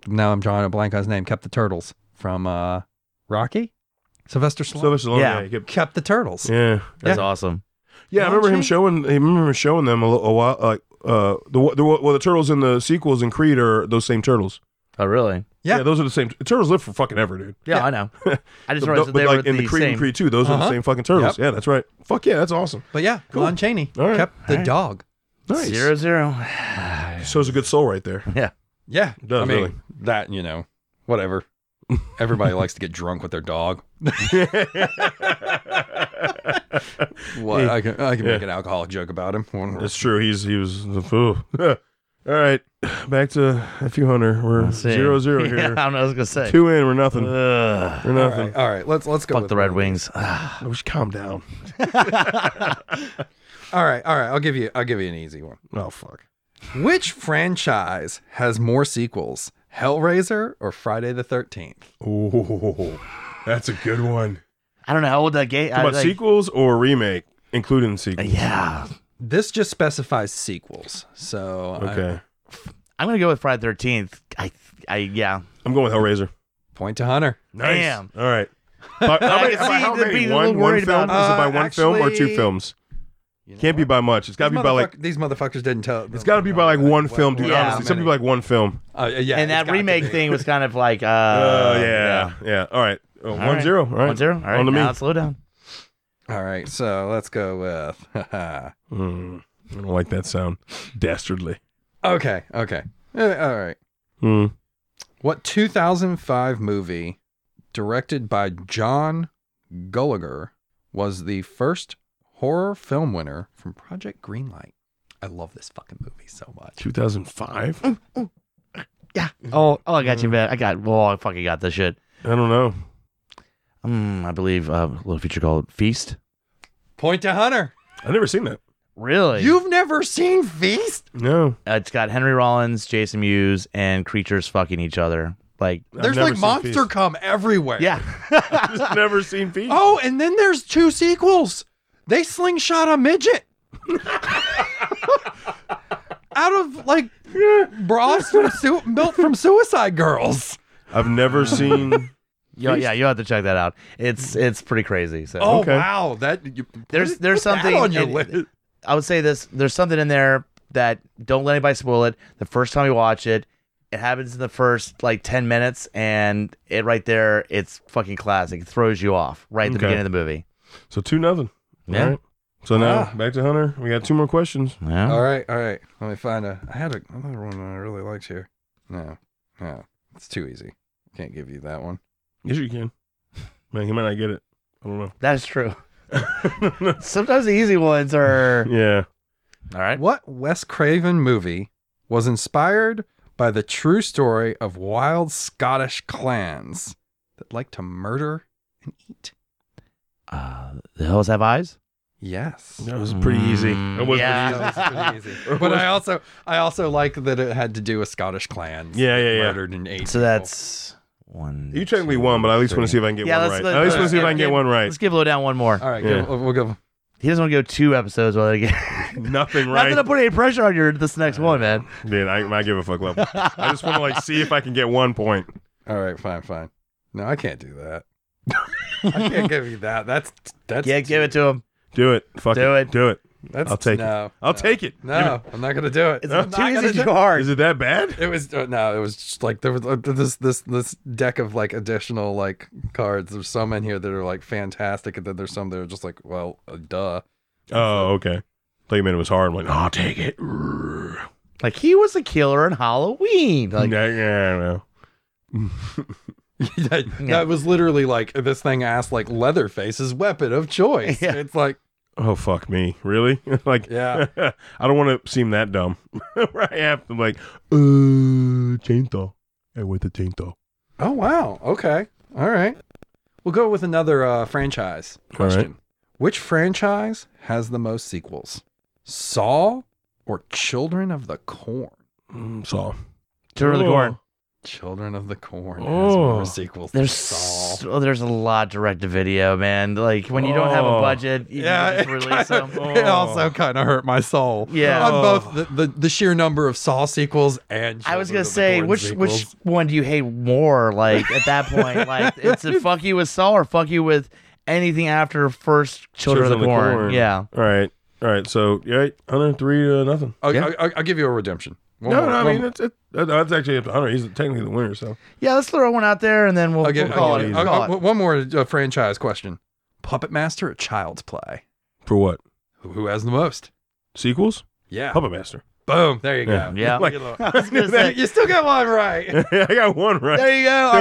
Speaker 3: now I'm drawing a blank on his name. Kept the turtles from uh, Rocky, Sylvester Stallone.
Speaker 1: Sylvester Stallone,
Speaker 2: Yeah.
Speaker 1: yeah. he kept-
Speaker 3: kept the turtles.
Speaker 1: yeah.
Speaker 2: That's
Speaker 3: Yeah.
Speaker 2: awesome.
Speaker 1: Yeah, I
Speaker 3: Lon
Speaker 1: remember him
Speaker 3: Chaney?
Speaker 1: showing. I remember showing them a, li- a while. Like uh, the, wa- the wa- well, the turtles in the sequels in Creed are those same turtles.
Speaker 2: Oh, really?
Speaker 3: Yeah.
Speaker 1: those are the same. Turtles live for fucking ever, dude.
Speaker 2: Yeah, I know. I just
Speaker 1: But
Speaker 2: realized that they
Speaker 1: like
Speaker 2: were
Speaker 1: in
Speaker 2: the,
Speaker 1: the Creed
Speaker 2: same.
Speaker 1: and Creed two, those are the
Speaker 3: Uh-huh.
Speaker 1: same fucking turtles.
Speaker 3: Yep.
Speaker 1: Yeah, that's right. Fuck yeah, that's awesome.
Speaker 3: But yeah,
Speaker 1: Cool.
Speaker 3: Lon Chaney
Speaker 1: All right.
Speaker 3: kept the
Speaker 2: All right.
Speaker 3: dog.
Speaker 1: Nice.
Speaker 2: Zero zero.
Speaker 1: Shows a good soul right there.
Speaker 2: yeah.
Speaker 3: Yeah,
Speaker 1: It does,
Speaker 3: I mean
Speaker 1: really.
Speaker 3: that you know, whatever. Everybody likes to get drunk with their dog. What I can I can make an alcoholic joke about him.
Speaker 1: That's true. He's he was the fool. All right, back to a few hunter. We're
Speaker 2: Let's see.
Speaker 1: zero zero here.
Speaker 2: Yeah, I don't know. what I was gonna say.
Speaker 1: Two in, we're nothing.
Speaker 2: Ugh.
Speaker 1: we're
Speaker 3: All
Speaker 1: nothing.
Speaker 3: right, all right, let's let's go.
Speaker 2: Fuck
Speaker 3: with
Speaker 2: the Red Wings.
Speaker 1: I wish calm down.
Speaker 3: All right, all right. I'll give you I'll give you an easy one.
Speaker 1: Oh fuck.
Speaker 3: Which franchise has more sequels, Hellraiser or Friday the 13th?
Speaker 1: Ooh, that's a good one.
Speaker 2: I don't know how old that game. I,
Speaker 1: How about
Speaker 2: like,
Speaker 1: sequels or remake, including sequels?
Speaker 2: Yeah,
Speaker 3: This just specifies sequels. So, I-
Speaker 1: Okay,
Speaker 2: I'm gonna go with Friday Thirteenth. I, I yeah.
Speaker 1: I'm going with Hellraiser.
Speaker 3: point to Hunter.
Speaker 2: Damn.
Speaker 1: All right. But how
Speaker 2: I
Speaker 1: many?
Speaker 2: can
Speaker 1: by
Speaker 2: see
Speaker 1: how
Speaker 2: the
Speaker 1: many?
Speaker 2: being a
Speaker 1: One,
Speaker 2: little
Speaker 1: one
Speaker 2: worried
Speaker 1: film?
Speaker 3: about-
Speaker 1: Is it by
Speaker 3: Uh,
Speaker 1: one film or two
Speaker 3: actually-
Speaker 1: films?
Speaker 3: You know
Speaker 1: Can't be
Speaker 3: what?
Speaker 1: by much. It's got to
Speaker 3: These
Speaker 1: be by like.
Speaker 3: motherfuck- these motherfuckers didn't tell.
Speaker 1: It's got to be by like one film, dude.
Speaker 2: Yeah.
Speaker 1: honestly, some people like one film.
Speaker 3: Uh, yeah,
Speaker 2: and
Speaker 3: it's
Speaker 2: that
Speaker 3: got to
Speaker 2: remake
Speaker 3: be.
Speaker 2: thing was kind of like, uh,
Speaker 1: Oh yeah, yeah, All right. Oh,
Speaker 2: All
Speaker 1: one
Speaker 2: right.
Speaker 1: zero. All right.
Speaker 2: one zero. All right,
Speaker 1: On to me.
Speaker 2: now slow down.
Speaker 3: All right, so let's go with. okay,
Speaker 1: Mm, I don't like that sound. Dastardly.
Speaker 3: okay, Uh, all right.
Speaker 1: Mm.
Speaker 3: What 2005 movie, directed by John Gulliger, was the first horror film winner from Project Greenlight? I love this fucking movie so much.
Speaker 1: 2005. I
Speaker 2: Yeah. Oh, oh, I got you, man. I got. Well, I fucking got this shit.
Speaker 1: don't know.
Speaker 2: Mm, I believe uh, a little feature called Feast.
Speaker 3: Point to Hunter.
Speaker 1: I've never seen that.
Speaker 2: Really?
Speaker 3: You've never seen Feast?
Speaker 1: No.
Speaker 2: Uh, it's got Henry Rollins, Jason Mewes, and creatures fucking each other. Like,
Speaker 1: I've
Speaker 3: There's
Speaker 1: never
Speaker 3: like
Speaker 1: seen
Speaker 3: monster
Speaker 1: Feast.
Speaker 3: cum everywhere.
Speaker 2: yeah.
Speaker 1: I've never seen Feast.
Speaker 3: Oh, and then there's two sequels. They slingshot a midget. Out of like bras from su- built from Suicide Girls.
Speaker 1: I've never seen.
Speaker 2: You, yeah, you have to check that out. It's it's pretty crazy. So
Speaker 3: Oh
Speaker 1: Okay.
Speaker 3: wow, that you,
Speaker 2: There's-
Speaker 3: put-
Speaker 2: there's
Speaker 3: put that
Speaker 2: something
Speaker 3: on your
Speaker 2: in-
Speaker 3: list.
Speaker 2: I would say this: there's something in there that don't let anybody spoil it. The first time you watch it, it happens in the first like ten minutes, and it right there, it's fucking classic. It throws you off right at the
Speaker 1: Okay.
Speaker 2: beginning of the movie.
Speaker 1: So two nothing.
Speaker 2: Yeah.
Speaker 1: All right. So now
Speaker 3: Ah.
Speaker 1: back to Hunter. We got two more questions.
Speaker 2: Yeah.
Speaker 3: All right, all right. Let me find a. I had a, another one I really liked here. No, no, it's too easy. Can't give you that one.
Speaker 1: Yes, you can. Man, he might not get it. I don't know.
Speaker 2: That's true. Sometimes the easy ones are.
Speaker 1: Yeah.
Speaker 2: All right.
Speaker 3: What Wes Craven movie was inspired by the true story of wild Scottish clans that like to murder and eat?
Speaker 2: Uh, the hills have eyes.
Speaker 3: Yes.
Speaker 1: That was pretty easy.
Speaker 2: Mm,
Speaker 1: That was
Speaker 2: yeah.
Speaker 1: pretty
Speaker 3: That was pretty easy. But I also, I also like that it had to do with Scottish clans.
Speaker 1: easy. Yeah, yeah, yeah.
Speaker 3: Murdered and ate.
Speaker 2: So that's one.
Speaker 1: You technically won, but I at least want to see if I can get
Speaker 2: Yeah,
Speaker 1: one
Speaker 2: let's-
Speaker 1: right.
Speaker 2: let's-
Speaker 1: I at least want to
Speaker 2: let's
Speaker 1: see if I can
Speaker 2: get-
Speaker 1: get one right.
Speaker 2: Let's give Low down one more.
Speaker 3: All right,
Speaker 1: Yeah.
Speaker 3: give, we'll go.
Speaker 2: He doesn't want to go two episodes without again.
Speaker 1: Nothing
Speaker 2: Not
Speaker 1: right.
Speaker 2: gonna put any pressure on you this next one, man.
Speaker 1: Man, I, I give a fuck level. I just want to like see if I can get one point.
Speaker 3: All right, fine, fine. No, I can't do that. I can't give you that. That's that's
Speaker 2: Yeah, give it to him.
Speaker 1: Do it. Fuck
Speaker 2: Do
Speaker 1: it.
Speaker 2: it.
Speaker 1: Do it.
Speaker 3: That's,
Speaker 1: I'll take it.
Speaker 3: no, it.
Speaker 1: I'll take it.
Speaker 3: No, I'm not gonna do it.
Speaker 2: It's
Speaker 3: I'm
Speaker 2: too
Speaker 3: not
Speaker 2: easy,
Speaker 3: gonna
Speaker 2: too
Speaker 3: do-
Speaker 2: hard.
Speaker 1: Is it that bad?
Speaker 3: It was uh, no, it was just like there was uh, this this this deck of like additional like cards. There's some in here that are like fantastic, and then there's some that are just like, well, uh, duh.
Speaker 1: Oh, okay. Thought you meant it was hard. I'm like, I'll take it.
Speaker 2: Like he was a killer in Halloween. Like
Speaker 1: yeah, yeah, I know.
Speaker 3: that,
Speaker 2: Yeah.
Speaker 3: that was literally like this thing asked like Leatherface's weapon of choice.
Speaker 2: Yeah.
Speaker 3: It's like
Speaker 1: Oh fuck me, really? like,
Speaker 3: Yeah.
Speaker 1: I don't want to seem that dumb. right after, I'm like, uh, chainsaw. I went to chainsaw.
Speaker 3: Oh wow. Okay. All right. We'll go with another uh, franchise
Speaker 1: All right.
Speaker 3: question. Which franchise has the most sequels? Saw or Children of the Corn?
Speaker 1: Mm, saw.
Speaker 2: Turn of the
Speaker 1: Oh.
Speaker 2: Corn.
Speaker 3: Children of the Corn has
Speaker 1: Oh.
Speaker 3: more sequels than
Speaker 2: There's
Speaker 3: Saw.
Speaker 2: so, there's a lot direct to video, man. Like when you don't have a
Speaker 1: Oh.
Speaker 2: budget, you
Speaker 3: Yeah,
Speaker 2: yeah, just
Speaker 3: it,
Speaker 2: release
Speaker 3: kinda-
Speaker 2: them.
Speaker 3: it also kind of hurt my soul.
Speaker 2: Yeah.
Speaker 3: on both the, the, the sheer number of Saw sequels and
Speaker 2: I was
Speaker 3: Children
Speaker 2: gonna
Speaker 3: of the
Speaker 2: say,
Speaker 3: Corn
Speaker 2: which which
Speaker 3: sequels.
Speaker 2: one do you hate more? Like at that point, like it's a fuck you with Saw or fuck you with anything after first Children, of the, Corn. Yeah,
Speaker 1: All right. All right. So, yeah, 103 to uh, nothing.
Speaker 3: I'll,
Speaker 2: Yeah.
Speaker 3: I'll, I'll give you a redemption. One
Speaker 1: no,
Speaker 3: more-
Speaker 1: no, I
Speaker 3: one
Speaker 1: mean,
Speaker 3: more.
Speaker 1: that's, it, that- that's actually up to 100. He's technically the winner, so.
Speaker 2: yeah. Let's throw one out there and then we'll,
Speaker 3: I'll give,
Speaker 2: we'll
Speaker 3: I'll
Speaker 2: call
Speaker 3: give
Speaker 2: it.
Speaker 3: you-
Speaker 2: We'll
Speaker 3: I'll-
Speaker 2: call it.
Speaker 3: I'll- one more uh, franchise question: Puppet Master or Child's Play?
Speaker 1: For what?
Speaker 3: Who- Who has the most?
Speaker 1: Sequels?
Speaker 3: Yeah.
Speaker 1: Puppet Master.
Speaker 3: Boom. There you go.
Speaker 1: Yeah.
Speaker 2: Yeah.
Speaker 1: Like-
Speaker 2: I was gonna say,
Speaker 3: You still got one right.
Speaker 1: I got one right.
Speaker 2: there you go. All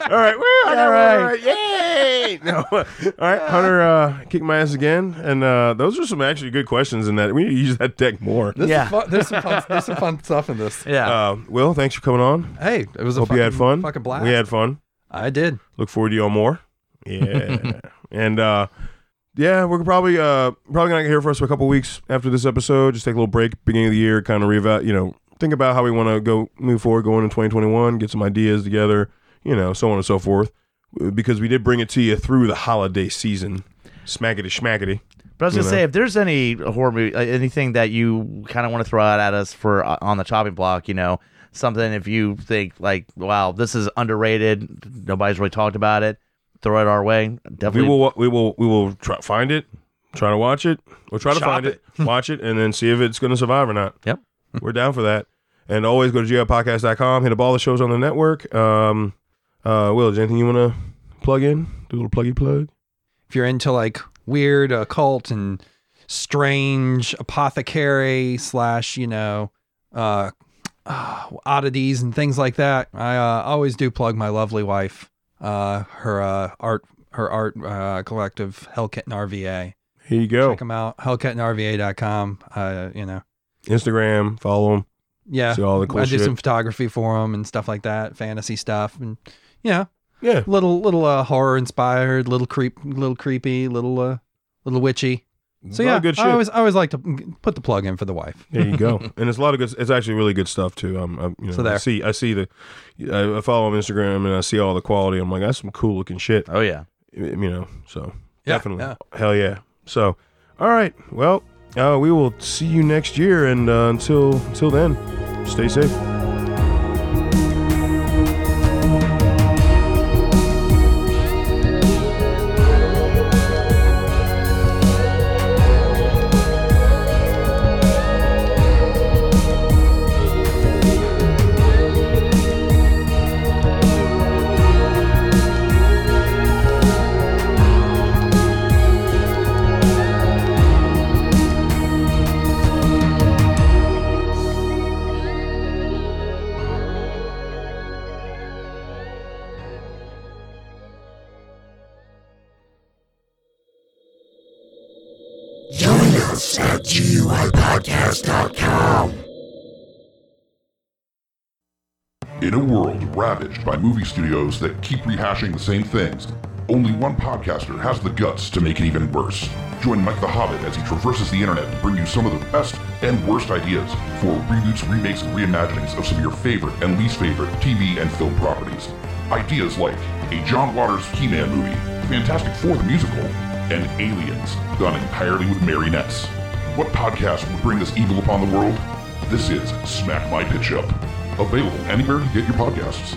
Speaker 1: All right. Woo, I got
Speaker 2: All
Speaker 1: one right. Yay. No. All right. Hunter uh, kicked my ass again. And uh, those are some actually good questions in that. We need to use that deck more.
Speaker 3: This
Speaker 2: Yeah.
Speaker 3: is fun. There's some fun. There's some fun stuff in this.
Speaker 2: Yeah.
Speaker 1: Uh, Will, thanks for coming on.
Speaker 3: Hey, it was a
Speaker 1: Hope
Speaker 3: fucking,
Speaker 1: you had fun.
Speaker 3: Fucking blast.
Speaker 1: We had fun.
Speaker 3: I did.
Speaker 1: Look forward to y'all more. Yeah. and uh yeah, we're probably uh probably gonna hear for us for a couple weeks after this episode. Just take a little break, beginning of the year, kind of reevaluate, you know, think about how we want to go move forward, going in 2021, get some ideas together, you know, so on and so forth. Because we did bring it to you through the holiday season, smackety schmackety.
Speaker 2: But I was
Speaker 1: you
Speaker 2: gonna
Speaker 1: know.
Speaker 2: say, if there's any horror movie, uh, anything that you kind of want to throw out at us for uh, on the chopping block, you know, something if you think like, wow, this is underrated, nobody's really talked about it, throw it our way.
Speaker 1: We
Speaker 2: Definitely,
Speaker 1: will, we will, we will try find it, try to watch it, or try to
Speaker 3: Chop
Speaker 1: find it, watch it, and then see if it's going to survive or not.
Speaker 2: Yep.
Speaker 1: We're down for that. And always go to geopodcast.com, hit up all the shows on the network. Um, uh, Will, is there anything you want to plug in? Do a little pluggy plug?
Speaker 3: If you're into like weird occult and strange apothecary slash, you know, uh, uh, oddities and things like that, I uh, always do plug my lovely wife. Uh, her uh, art, her art uh, collective, Hellcat and RVA.
Speaker 1: Here you
Speaker 3: Check
Speaker 1: go.
Speaker 3: 'em Check them out. Hellcatandrva.com. Uh, you know.
Speaker 1: Instagram, follow them.
Speaker 3: Yeah.
Speaker 1: See all the cool
Speaker 3: I
Speaker 1: shit.
Speaker 3: do some photography for them and stuff like that, fantasy stuff, and you know,
Speaker 1: yeah.
Speaker 3: little little uh, horror inspired, little creep, little creepy, little uh, little witchy.
Speaker 1: A
Speaker 3: So
Speaker 1: lot
Speaker 3: yeah,
Speaker 1: of good shit.
Speaker 3: I always I always like to mm, put the plug in for the wife.
Speaker 1: There you go. and it's a lot of good. It's actually really good stuff too. Um, I, you know,
Speaker 3: So
Speaker 1: I
Speaker 3: there.
Speaker 1: see, I see the, I I follow him on Instagram and I see all the quality. I'm like, that's some cool looking shit.
Speaker 2: Oh yeah.
Speaker 1: you know so
Speaker 3: Yeah,
Speaker 1: definitely
Speaker 3: yeah.
Speaker 1: hell yeah so all right well uh, we will see you next year and uh, until until then stay safe
Speaker 4: Join us at GUIPodcast.com. In a world ravaged by movie studios that keep rehashing the same things, only one podcaster has the guts to make it even worse. Join Mike the Hobbit as he traverses the internet to bring you some of the best and worst ideas for reboots, remakes, and reimaginings of some of your favorite and least favorite TV and film properties. Ideas like a John Waters He-Man movie, Fantastic Four the musical, and Aliens, done entirely with marionettes. What podcast would bring this evil upon the world? This is Smack My Pitch Up, available anywhere you get your podcasts.